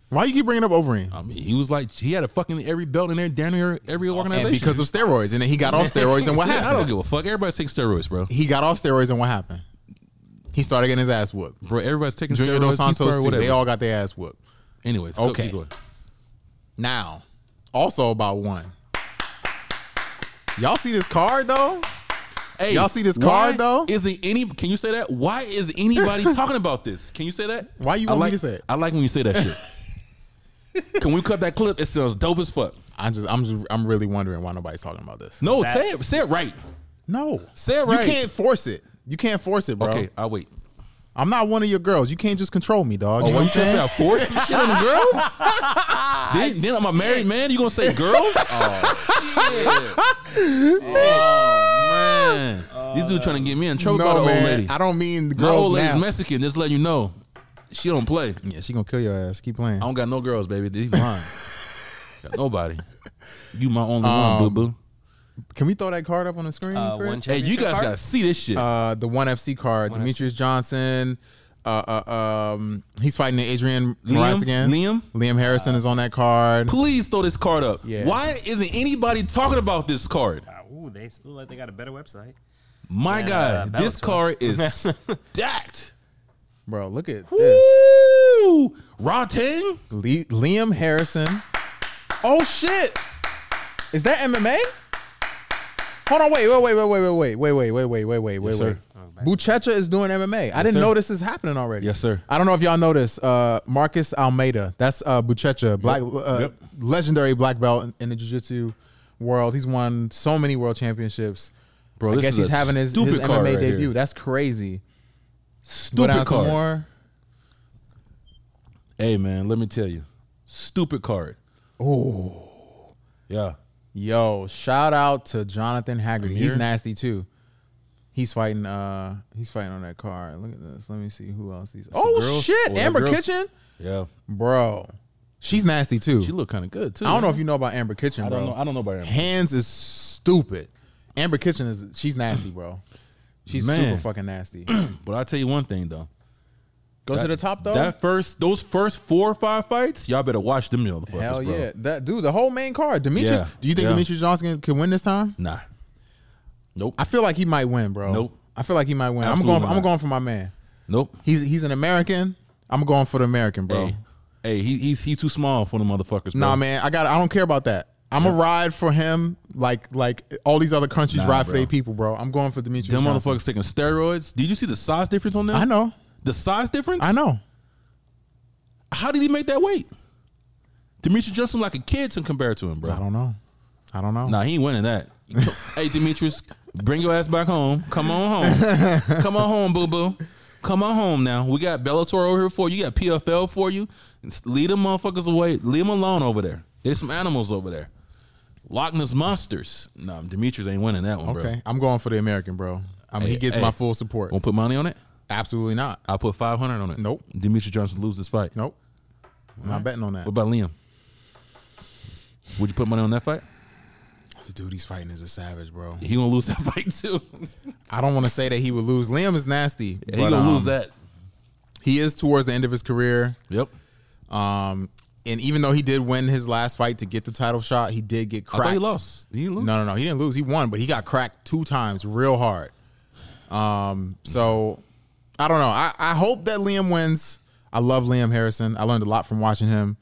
Why you keep bringing up Overeem?
I mean, he was like he had a fucking every belt in there, down there, every organization.
And because of steroids, and then he got off steroids, and what
I don't
happened?
give a fuck. Everybody's taking steroids, bro.
He got off steroids, and what happened? He started getting his ass whooped.
Bro, everybody's taking
Junior
steroids.
Dos
he's
Santos,
steroid,
too.
whatever.
They all got their ass whooped.
Anyways, go-
Okay.
keep going.
Now, also about one. Y'all see this card though?
Hey,
Y'all see this
why
card, though?
Is it any? Can you say that? Why is anybody talking about this? Can you say that?
Why you
I
want me
like,
to say it?
I like when you say that shit. can we cut that clip? It sounds dope as fuck.
I just, I'm just, I'm really wondering why nobody's talking about this.
No,
That-
say it. Say it right.
No,
Say it
You
right.
can't force it. You can't force it, bro.
Okay, I'll wait.
I'm not one of your girls. You can't just control me, dog.
Oh,
you know
what
what
you
I'm
gonna say? I
saying?
forced some shit on the girls? then, then I'm a married man. You gonna say girls? Oh, shit. Oh, man. These dudes trying to get me in trouble by
No,
the
man.
old lady.
I don't mean the
My
girls
old lady's
now.
Mexican. Just letting you know, she don't play. I
yeah, she gonna kill your ass. Keep playing.
don't got no girls, baby. These mine. got nobody. You my only one, boo boo.
Can we throw that card up on the screen?
Uh,
Chris?
one
Hey, you
championship
guys
card?
gotta see this shit.
uh, the one FC card. Demetrius Johnson. Uh, uh, um, he's fighting Adrian Moraes again.
Liam? Uh,
Liam Harrison is on that card.
Please throw this card up.
Yeah.
Why isn't anybody talking about this card?
Wow, uh, Ooh, they look like they got a better website.
My
And,
God,
uh,
this
Bellator.
card is stacked.
Bro, look at
Woo! Raw Tang?
Le- Liam Harrison. Oh shit! Is that MMA? Hold on, wait, wait, wait, wait, wait, wait, wait, wait, wait, wait, wait, wait, wait,
Yes,
wait.
sir.
Buchecha is doing MMA. I didn't
sir.
know this is happening already.
Yes, sir.
I don't know if y'all know this. Uh, Marcus Almeida. That's uh, Buchecha, black, uh,
Yep.
legendary black belt in, in the jiu-jitsu world. He's won so many world championships.
Bro,
I
this
guess
is
he's
a
having his, his
stupid
MMA
card right
debut.
here.
That's crazy. Go down
Stupid
some
card.
more.
Hey man, let me tell you. Stupid card. Oh. Yeah.
Yo, shout out to Jonathan Haggerty. He's
Amir?
nasty too. He's fighting. Uh, he's fighting on that card. Look at this. Let me see who else he's. Oh
girls?
shit,
Oh, that
Amber
girl?
Kitchen,
Yeah.
bro. She's nasty too.
She look kind of good too.
I don't know
man.
if you know about Amber Kitchen,
I
bro.
don't know. I don't know about her.
Hands is stupid. Amber Kitchen is. She's nasty, bro. She's
Man.
super fucking nasty.
But I'll tell you one thing though.
Go to the top though.
That first those first four or five fights, y'all better watch them motherfuckers,
Hell
bro.
yeah, that dude. The whole main card. Demetrius.
Yeah.
Do you think
Yeah.
Demetrius Johnson can win this time?
Nah. Nope.
I feel like he might win, bro.
Nope.
I feel like he might win. I'm
Absolutely
going. For, I'm
not.
going for my man.
nope.
He's he's an American. I'm going for the American, bro.
Hey. Hey, he, he's he too small for the motherfuckers. Bro.
Nah, man, I got. I don't care about that. I'm going to ride for him, like like all these other countries
Nah,
ride for
bro.
their people, bro. I'm going for Demetrius.
Them
Johnson.
motherfuckers taking steroids. Did you see the size difference on them?
I know.
The size difference?
I know.
How did he make that weight? Demetrius Johnson like a kid to compare to him, bro.
I don't know. I I don't know.
Nah, he ain't winning that. hey, Demetrius, bring your ass back home. Come on home. Come on home, boo boo. Come on home now. We got Bellator over here for you. You got PFL for you. Just Lead them motherfuckers away. Leave them alone over there. There's some animals over there. Loch Ness monsters. Nah, Demetrius ain't winning that one, bro.
Okay, I'm going for the American, bro. I mean,
Hey,
he gets
hey.
my full support.
Won't put money on it.
Absolutely not.
I'll put five hundred on it.
Nope.
Demetrius Johnson lose this fight.
Nope. Not betting on that.
What about Liam? Would you put money on that fight?
The dude he's fighting is a savage, bro.
He gonna lose that fight too.
I don't want to say that he would lose. Liam is nasty.
he gonna
um,
lose that.
He is towards the end of his career.
Yep.
Um, and even though he did win his last fight to get the title shot, he did get
I
cracked.
thought he lost. He didn't lose.
No, no, no. He didn't lose. He won, but he got cracked two times real hard. Um, so I don't know. I, I hope that Liam wins. I love Liam Harrison. I learned a lot from watching him.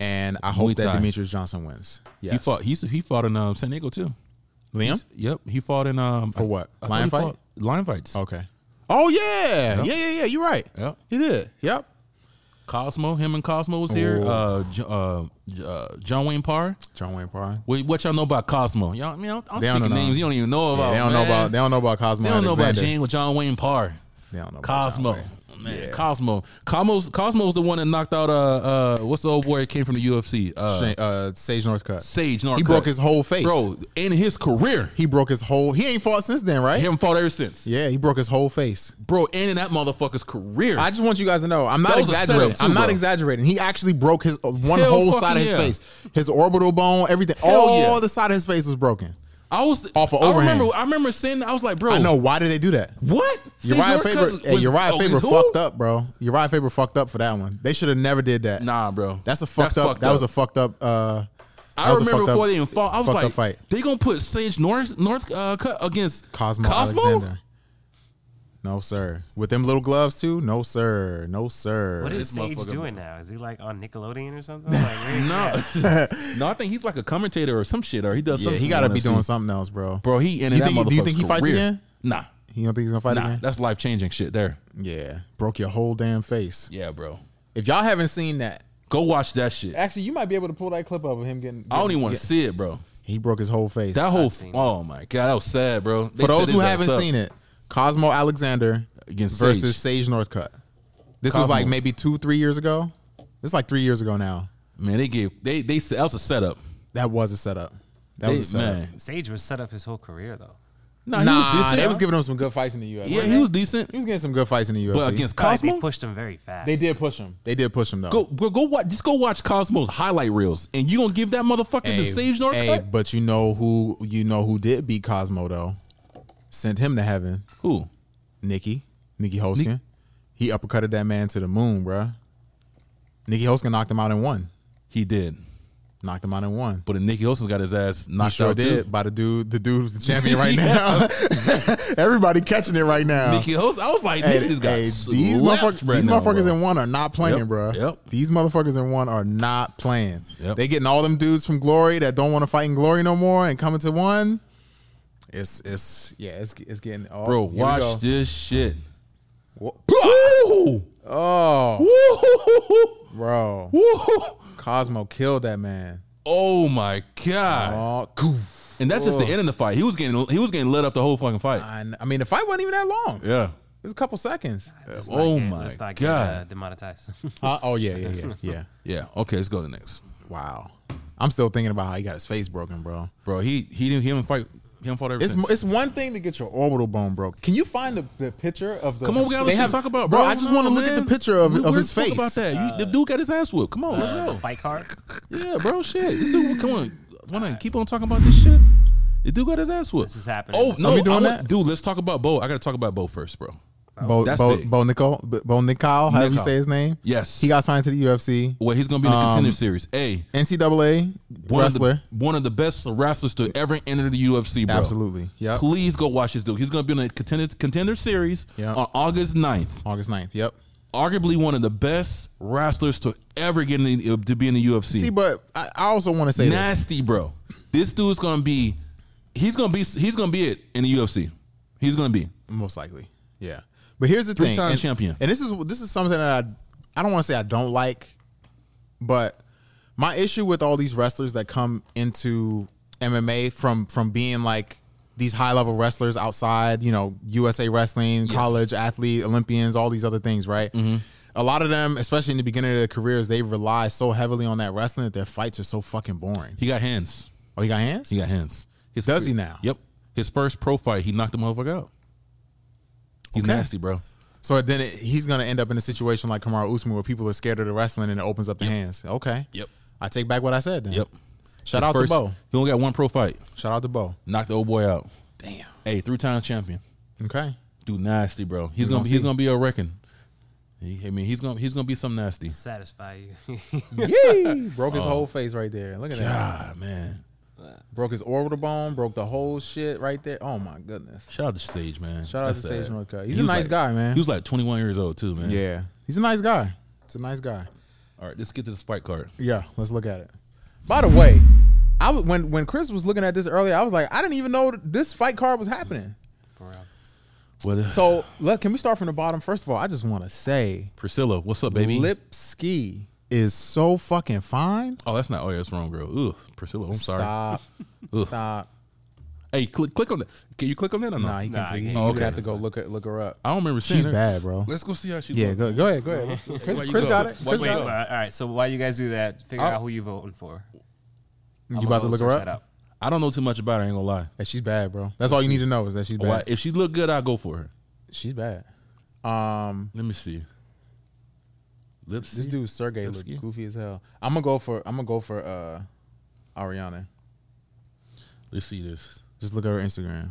And I hope
Muay
that
Thai.
Demetrius Johnson wins. Yes.
He fought. He he fought in um, San Diego too.
Liam?
Yep. He fought in um for
what? Lion fight?
Lion fights.
Okay. Oh yeah. Yeah, yeah, yeah. You're right.
Yep.
He did. Yep.
Cosmo. Him and Cosmo was here.
Ooh.
Uh, J- uh, J- uh, John Wayne Parr.
John Wayne Pryor.
What, what y'all know about Cosmo? Y'all, I mean, I'm, I'm
They don't
speaking
know.
names you don't even know about.
they don't know
man.
about they don't know about Cosmo.
They don't know about
Alexander.
Jane, John Wayne Parr.
They don't know about
Cosmo.
John
Man, Cosmo. Cosmo's Cosmo's the one that knocked out uh uh what's the old boy that came from the UFC? Uh
Wayne. Uh, Sage Northcutt.
Sage Northcutt.
He broke his whole face.
Bro, in his career.
He broke his whole he ain't fought since then, right?
He haven't fought ever since.
Yeah, he broke his whole face.
Bro, and in that motherfucker's career.
I just want you guys to know I'm not
That was a setup
exaggerating.
too,
I'm not
bro.
exaggerating. He actually broke his uh, one
Hell
whole
fucking
side of his
yeah.
face, his orbital bone, everything.
Hell
All
yeah.
the side of his face was broken.
I was
Off of
I
overhand.
remember. I remember saying. that. I was like, bro,
I know why did they do that?
what
Uriah
Sage
Faber,
Northcutt
hey,
was-
Uriah
oh,
Faber
is who?
fucked up, bro. Uriah Faber fucked up for that one. They should have never did that.
Nah, bro,
that's a fucked up. that was a fucked up. Uh, that
I
was a
remember
fucked up-
before they even fought. I was
fucked up
like,
fight.
they gonna put Sage North North uh, cut against
Cosmo, Alexander. No sir, with them little gloves too. No sir, no sir.
What
This
is Sage
motherfucker-
doing now? Is he like on Nickelodeon or something? Like, where is he at?
No, no, I think he's like a commentator or some shit, or he does.
yeah,
something
he got to
on
be
UFC.
doing something else, bro.
Bro, he ended
You
that
think- do you think
motherfucker's
he fights
career.
again?
Nah,
You don't think he's gonna fight
nah,
again?
that's life changing shit. There,
Yeah, broke your whole damn face.
yeah, bro.
If y'all haven't seen that,
Go watch that shit. I
actually, you might be able to pull that clip up of him getting.
don't even want
yeah.
to see it, bro.
He broke his whole face.
That whole
seen it.
oh my god, that was sad, bro. They
For those
set
who
his ass
haven't
up.
seen it, Cosmo Alexander
Against
versus Sage, Northcutt. This was
Cosmo.
like maybe two, three years ago. This is like three years ago now.
man, they gave they they that was a setup.
That was a setup. That was a
They-
setup.
man.
Sage was set up his whole career though.
Nah,
nah,
he was decent.
they was giving him some good fights in the UFC.
yeah, he was decent.
He was getting some good fights in the UFC.
But against
Felt Like they
Cosmo,
pushed him very fast.
they did push him. They did push him though.
go, go go watch. Just go watch Cosmo's highlight reels, and you gonna give that motherfucker the Sage North
hey,
cut?
but you know who? You know who did beat Cosmo though? Sent him to heaven.
Who?
Nikki, Nikki Hoskin. he uppercutted that man to the moon, bruh. Nikki Hoskin knocked him out in one.
He did.
Knocked him out in one.
But then Nicky Olsen got his ass
He
knocked
sure
out
did
too.
by the dude. The dude who's the champion right now. Everybody catching it right now.
Nicky Olsen, I was like,
Hey,
this just got
hey,
these
these motherfuckers,
motherfuckers,
these motherfuckers in one are not playing,
Yep,
bruh.
yep.
These motherfuckers in one are not playing.
Yep.
They getting all them dudes from Glory that don't want to fight in Glory no more and coming to one. It's it's yeah, it's it's getting all
bro.
here we go.
Watch this shit.
Wha-
Woo!
Oh,
Woo!
bro.
Woo!
Cosmo killed that man.
Oh my god!
Oh, goof.
And that's just the end of the fight. He was getting he was getting lit up the whole fucking fight.
I, kn- I mean, the fight wasn't even that long. It
Yeah.
was a couple seconds.
Let's not
Oh
get-
my
let's not
god.
get, uh, demonetized.
Uh,
Huh? Oh yeah, yeah, yeah, yeah.
Yeah. Okay, let's go to the next.
Wow. I'm still thinking about how he got his face broken, bro.
Bro, he he didn't he didn't fight he didn't fight ever
It's
since.
it's one thing to get your orbital bone broke. Can you find the, the picture of the?
Come on, we got
They
to
have-
talk about,
bro.
bro.
I just
No,
want to look at the
man.
picture of,
We-
of
we're
his
talking
face.
About that, you, the dude got his ass whipped. Come on,
Uh,
let's go.
fight card.
Yeah, bro, shit. This dude, come on, come on, keep on talking about this shit. The dude got his ass whipped.
This is happening.
Oh
This
no,
Are we doing
I want-
that?
dude. Let's talk about Bo. I got to talk about Bo first, bro.
Bo
That's
Bo,
big.
Bo Nicole Bo Bo Nicole, however you
Nicol.
say his name.
Yes.
he got signed to the UFC.
Well, he's gonna be in the
Um,
contender series. Hey,
NCAA
one
wrestler.
of the one of the best wrestlers to ever enter the UFC, bro.
Absolutely. Yep.
Please go watch this dude. He's gonna be in the contender contender series
Yep.
on August 9th.
August 9th. Yep.
Arguably one of the best wrestlers to ever get in the, to be in the UFC.
See, but I, I also want to say this.
nasty, bro. This dude's gonna be, he's gonna be, he's gonna be it in the UFC. He's gonna be.
Most likely. Yeah. But here's the thing.
Three-time
and-
champion.
And this is this is something that I I don't want to say I don't like, but my issue with all these wrestlers that come into MMA from from being like these high level wrestlers outside, you know, USA wrestling, college athlete, Olympians, all these other things, right?
Mm-hmm.
A lot of them, especially in the beginning of their careers, they rely so heavily on that wrestling that their fights are so fucking boring.
He got hands.
Oh, you got hands?
He got hands. His
Does he now?
Yep. His first pro fight, he knocked the motherfucker out. He's
Okay.
nasty, bro.
So then it, he's gonna end up in a situation like Kamaru Usman, where people are scared of the wrestling and it opens up the hands. Okay.
Yep.
I take back what I said. Then.
Yep.
Shout
His
out
first-
to Bo.
He only got one pro fight.
Shout out to Bo.
Knocked the old boy out.
Damn.
Hey, three times champion.
Okay.
Dude, nasty, bro. He's
We
gonna
gonna
he's
see.
gonna be a wrecking. He, I mean, he's gonna he's gonna be some nasty.
Satisfy you.
Yay! Broke
Uh,
his whole face right there. Look at that.
Ah man.
Broke his orbital bone. Broke the whole shit right there. Oh my goodness.
Shout out to Sage, man.
Shout out
That's
to Sage
sad.
Northcutt. He's a
was
nice
like-
guy, man.
He was like 21 years old too, man.
yeah, he's a nice guy. It's a nice guy.
All right, let's get to this fight card.
Yeah, let's look at it. By the way, I w- when when Chris was looking at this earlier, I was like, I didn't even know this fight card was happening.
For real.
Well, so
So look, can we start from the bottom? First of all, I just want to say
Priscilla, what's up, baby?
Lipsky is so fucking fine.
Oh, that's not. Oh, yeah, that's wrong, girl. Ugh, Priscilla, I'm sorry.
Stop.
Ugh.
Stop.
Hey, click click on that. Can you click on that or not? Oh,
Nah, you can
Nah,
not
I
you
can't.
would
Okay.
have to go look at look her up.
I don't remember. Seeing
She's
her.
bad, bro.
Let's go see how she's.
Yeah,
doing.
go, go ahead, go ahead. Chris,
Why you
Chris
go?
got it. Chris
Why- why
Wait,
you
got
go?
it.
all right. So while you guys do that, figure
I'll-
out who you voting for.
You about to look her up?
I don't know too much about her. I ain't gonna lie.
Hey, she's bad, bro. That's all you need to know is that she's bad.
Why- if she look good, I'll go for her.
She's bad. Um,
Let me see. Lips.
this dude Sergey look
Lipsky?
goofy as hell. I'm gonna go for I'm gonna go for uh, Ariana.
Let's see this.
Just look at her Instagram.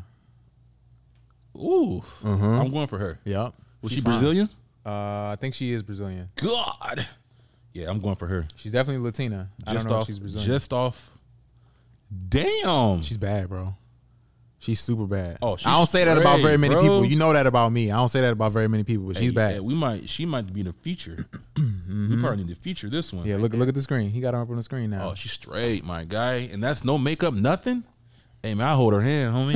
Ooh.
Mm-hmm.
I'm going for her.
Yep.
Was
She's
she
fine.
Brazilian?
Uh, I think she is Brazilian.
God. Yeah, I'm going for her.
She's definitely Latina. I don't know
off.
if she's Brazilian.
Just off. Damn.
She's bad, bro. She's super bad.
Oh,
I don't
she's
say that about
great,
very many
bro.
people. You know that about me. I don't say that about very many people, but she's
Hey,
bad.
yeah,
Yeah,
we might. She might be the feature. We probably need to feature this one.
Mm-hmm. look look at the screen. He got her up on the screen now.
Oh, she's straight, my guy, and that's no makeup, nothing. Hey man, I hold her hand, homie.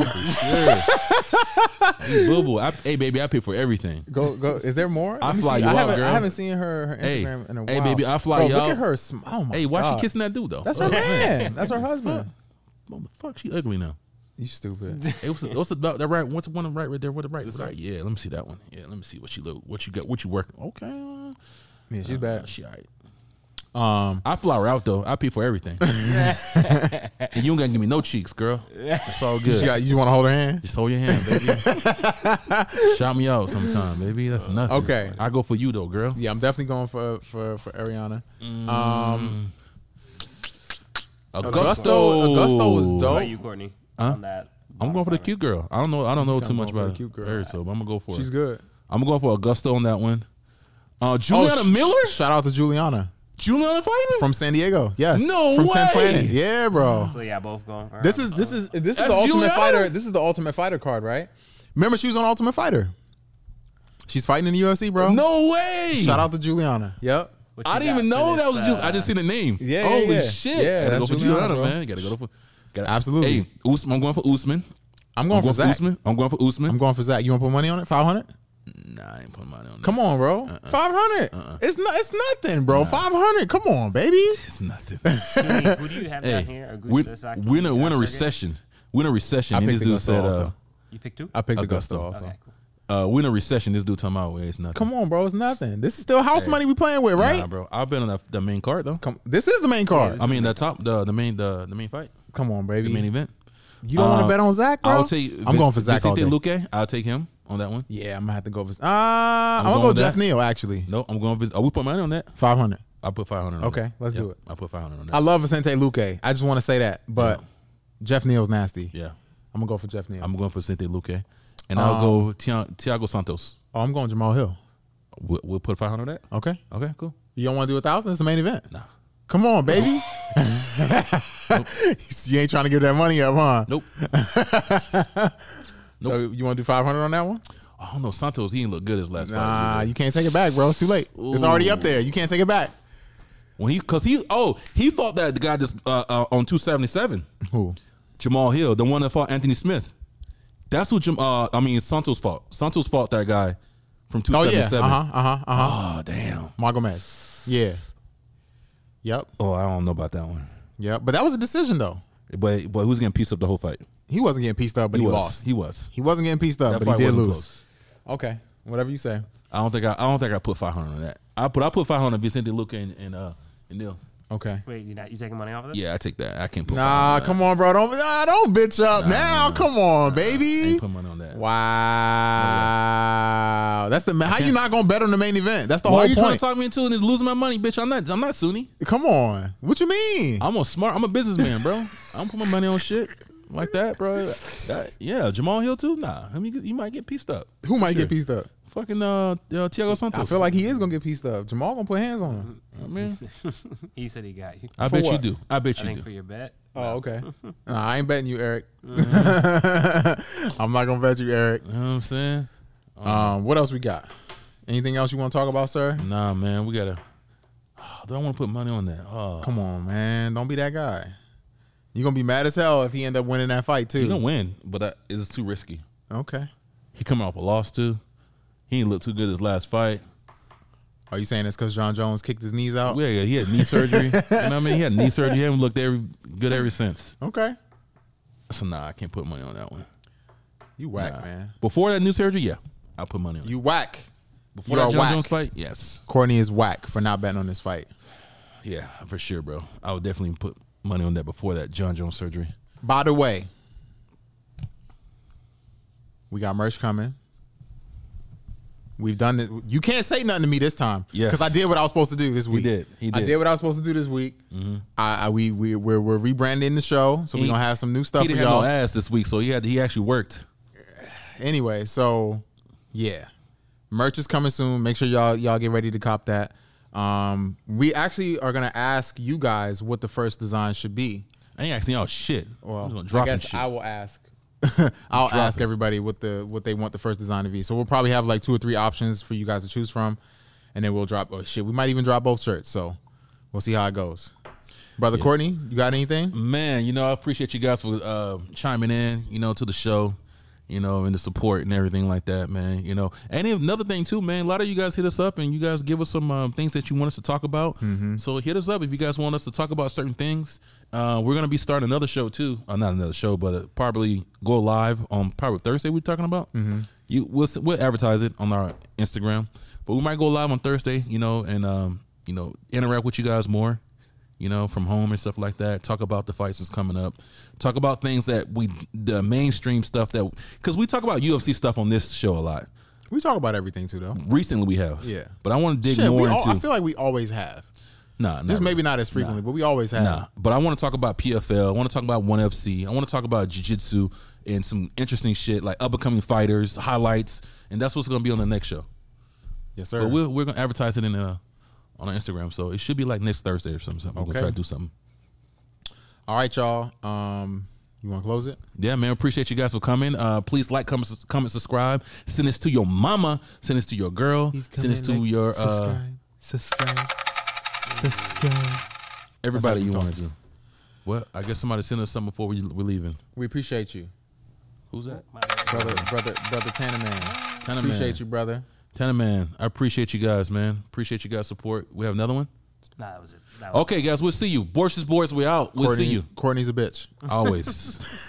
For sure. You boo boo. I- Hey baby, I pay for everything.
go go. Is there more?
I
Let me
fly
see.
you
I
out,
haven't,
girl.
I haven't seen her, her
Hey.
Instagram in a while.
Hey, baby, I fly
Bro,
you
Look
out.
at her. Sm- oh my
Hey, why
God.
she kissing that dude though?
That's her man. That's her husband.
What the fuck? She ugly now.
You stupid.
Hey, what's the, what's about that right? What's the one right right there? What the right? right? Yeah, let me see that one. Yeah, let me see what you look, what you got, what you work. Okay, uh,
Yeah, she's
uh,
bad.
She all right.
Um,
I fly her out though. I pay for everything. and you ain't gonna give me no cheeks, girl. It's all good.
she got, you want to hold her hand?
Just hold your hand, baby. Shout me out sometime, baby. That's nothing.
Okay.
I go for you though, girl.
Yeah, I'm definitely going for for for Ariana.
Mm,
Um,
Augusto,
Augusto- Augusto was
How
dope.
about you, Courtney? On that.
Oh. I'm going for the cute girl. I don't know. I don't know
sound
too much
going for
about
the cute girl.
her, so I'm gonna go for.
she's
She's
good.
I'm going for Augusto on that one. Uh, Juliana
Oh, sh-
Miller.
Shout out to Juliana
Juliana fighting.
from San Diego. Yes,
No
from 10th
way!
Planet. Yeah, bro.
So yeah, both going. For uh, her.
This is this is this is
That's
the Ultimate
Juliana?
Fighter. This is the Ultimate Fighter card, right? Remember, she was on Ultimate Fighter. She's fighting in the UFC, bro.
no way.
Shout out to Juliana. Yep.
What you
I didn't
got
even
for
know
this,
that was. Ju-
uh,
I just seen the name.
Yeah, yeah,
Holy
yeah.
shit.
Yeah,
gotta go
that's
for
Juliana,
Juliana,
bro.
man. Gotta go for. Gotta,
Absolutely.
Hey, Usman, I'm going for Usman.
I'm going,
I'm going
for
for
Zach.
Usman. I'm going for Usman.
I'm going for Zach. You want to put money on it? Five hundred.
nah, I ain't putting mine on.
Come on, bro. Five hundred. It's not. It's nothing, bro. Five hundred. Come on, baby.
It's nothing.
Courtney, who do you have down here? Augusta
We're,
Saki?
we're in a, we're in a
Sergey?
recession. We're in a recession.
I
and
picked
this dude
Augusto
said, uh,
also.
You picked two.
I picked
Augusto.
Augusto also.
Okay, cool.
uh, we're in a recession. This dude talking about well, it's nothing.
Come on, bro. It's nothing. This is still house money we playing with, right?
Nah, bro. I've been on the, the main card though.
Come. This is the main card.
I mean, the top, the the main, the the main fight,
Come on,
the main
baby.
event.
You don't want
Uh,
to bet on Zach, Mm. bro.
I'll take.
I'm going for Zach all day.
Vicente Luque. I'll take him on that one.
yeah, I'm gonna have to go for. Uh, I'm, gonna
going
go
with
Jeff
that.
Neal actually.
No, I'm going. Vic- Are we putting money on that?
Five hundred.
I put five hundred.
Okay, let's do it.
I put five hundred on that.
I love Vicente Luque. I just want to say that, but Jeff Neal's nasty.
yeah,
I'm gonna go for Jeff Neal.
I'm going for Vicente Luque, and I'll
Um,
go Tia- Tiago Santos.
oh, I'm going Jamal Hill.
We'll, we'll put five hundred on that.
Okay.
Okay, cool.
You don't want to do a thousand? It's the main event.
Nah.
Come on, baby. you ain't trying to give that money up, huh?
Nope.
So you want to do 500 on that one?
I don't know. Oh, Santos, he didn't look good his last fight.
Nah, you can't take it back, bro. It's too late. It's already up there. You can't take it back.
When he, cause he, oh, he fought that guy that's uh, uh, on two seventy seven,
Who?
Jamal Hill, the one that fought Anthony Smith. That's who Jam. Uh, I mean Santos fought. Santos fought that guy from two
Oh,
seventy
yeah. Uh
seven.
huh. Uh huh. Uh huh.
Oh damn.
Margomez. Yeah. Yep.
Oh, I don't know about that one.
Yep. But that was a decision, though.
But but who's gonna piece up the whole fight?
He wasn't getting pieced up, but he,
was.
lost.
He was.
He wasn't getting pieced up,
That
but
fight
he did
wasn't
lose.
close.
Okay, whatever you say.
I don't think I, I don't think I put five hundred on that. I put I put five hundred on Vicente Luca and, and uh and Neil.
Okay.
Wait, you not you taking money off of this?
Yeah, I take that. I can't put
Nah,
money on
come on, bro. Don't nah, don't bitch up now. Come on,
that. I
baby.
ain't put money on that.
Wow, that's the ma- how you not gonna bet on the main event. That's the
Why are
whole
you trying
point.
to talk me into this losing my money, bitch? I'm not I'm not Sunni.
Come on, what you mean?
I'm a smart I'm a businessman, bro. I don't put my money on shit like that, bro. That- yeah, Jamal Hill too? Nah. I mean you- you might get pieced up.
Who might
Sure.
get pieced up?
Fucking uh, uh Thiago Santos.
I feel like he is gonna get pieced up. Jamal gonna put hands on him.
I mean
He said he got you.
I
For
bet you
what?
do. I bet
I
you
think
do.
for your bet.
Oh, okay. Nah, I ain't betting you, Eric.
Uh-huh.
I'm not gonna bet you, Eric.
You know what I'm saying? Uh-huh.
Um, what else we got? Anything else you want to talk about, sir?
Nah, man, we gotta. Oh, do I want to put money on that? Oh,
Come on, man. Don't be that guy. You're gonna be mad as hell if he end up winning that fight
he gonna
too.
win, but I, it's too risky.
Okay.
He coming off a loss too. He ain't look too good his last fight.
Are you saying it's because John Jones kicked his knees out?
Yeah, yeah, he had knee surgery. you know what I mean? He had knee surgery. He haven't looked every good ever since.
Okay.
So nah, I can't put money on that one.
You whack,
Nah.
man.
Before that knee surgery, yeah, I put money on. it.
You whack.
Before
you
that
are
John
whack.
Jones fight, yes,
Courtney is whack for not betting on this fight.
yeah, for sure, bro. I would definitely put money on that before that John Jones surgery.
By the way, we got merch coming. We've done it. You can't say nothing to me this time.
Yes.
Because I did what I was supposed to do this week.
did. He
I
did. Mm-hmm.
did what I was supposed to do this week. I, I we we we're, we're rebranding the show, so
He-
we're gonna have some new
He
stuff for
didn't have
y'all.
no ass this week, so he had he actually worked.
anyway, so yeah, merch is coming soon. Make sure y'all y'all get ready to cop that. Um, we actually are gonna ask you guys what the first design should be.
I ain't asking y'all shit. I'm
Well,
just dropping
I guess
shit.
I will ask. I'll ask everybody what the what they want the first design to be. So we'll probably have like two or three options for you guys to choose from, and then we'll drop. Oh shit, we might even drop both shirts. So we'll see how it goes. Brother Courtney, you got anything?
man you know i appreciate you guys for uh, chiming in you know to the show you know and the support and everything like that man you know and another thing too man a lot of you guys hit us up and you guys give us some um, things that you want us to talk about so hit us up if you guys want us to talk about certain things uh, we're gonna be starting another show too uh, not another show but uh, probably go live on probably thursday we're talking about you we'll, s- we'll advertise it on our instagram but we might go live on thursday you know and um, you know interact with you guys more you know, from home and stuff like that. Talk about the fights that's coming up. Talk about things that we, the mainstream stuff that, because we talk about UFC stuff on this show a lot.
We talk about everything too, though.
Recently, we have.
Yeah.
But I want to dig
Shit, we
more
all,
into.
I feel like we always have.
nah, nah.
Just maybe not as frequently, but we always have.
Nah, but I want to talk about PFL. I want to talk about ONE FC. I want to talk about Jiu Jitsu and some interesting shit like up and coming fighters, highlights, and that's what's going to be on the next show.
Yes, sir.
But we're, we're going to advertise it in uh on our Instagram, so it should be like next Thursday or something. We're going to
Okay.
try to do something.
All right, y'all. Um, you want to close it?
Yeah, man. Appreciate you guys for coming. Uh, please like, comment, sus- comment, subscribe. Send this to your mama. Send this to your girl. Send this to your uh,
subscribe, subscribe.
everybody you
That's how we
wanted to. Well, I guess somebody send us something before we, we're leaving.
We appreciate you,
Who's that?
My bad.
brother, brother, brother Tanner man.
Tanner
Appreciate
man.
you, brother.
Tanner man. I appreciate you guys, man. Appreciate you guys' support. We have another one.
Nah, that was it. That was
Okay, guys, we'll see you. Borscht is boys. We out. We'll
Courtney-
see you
Courtney's a bitch.
always.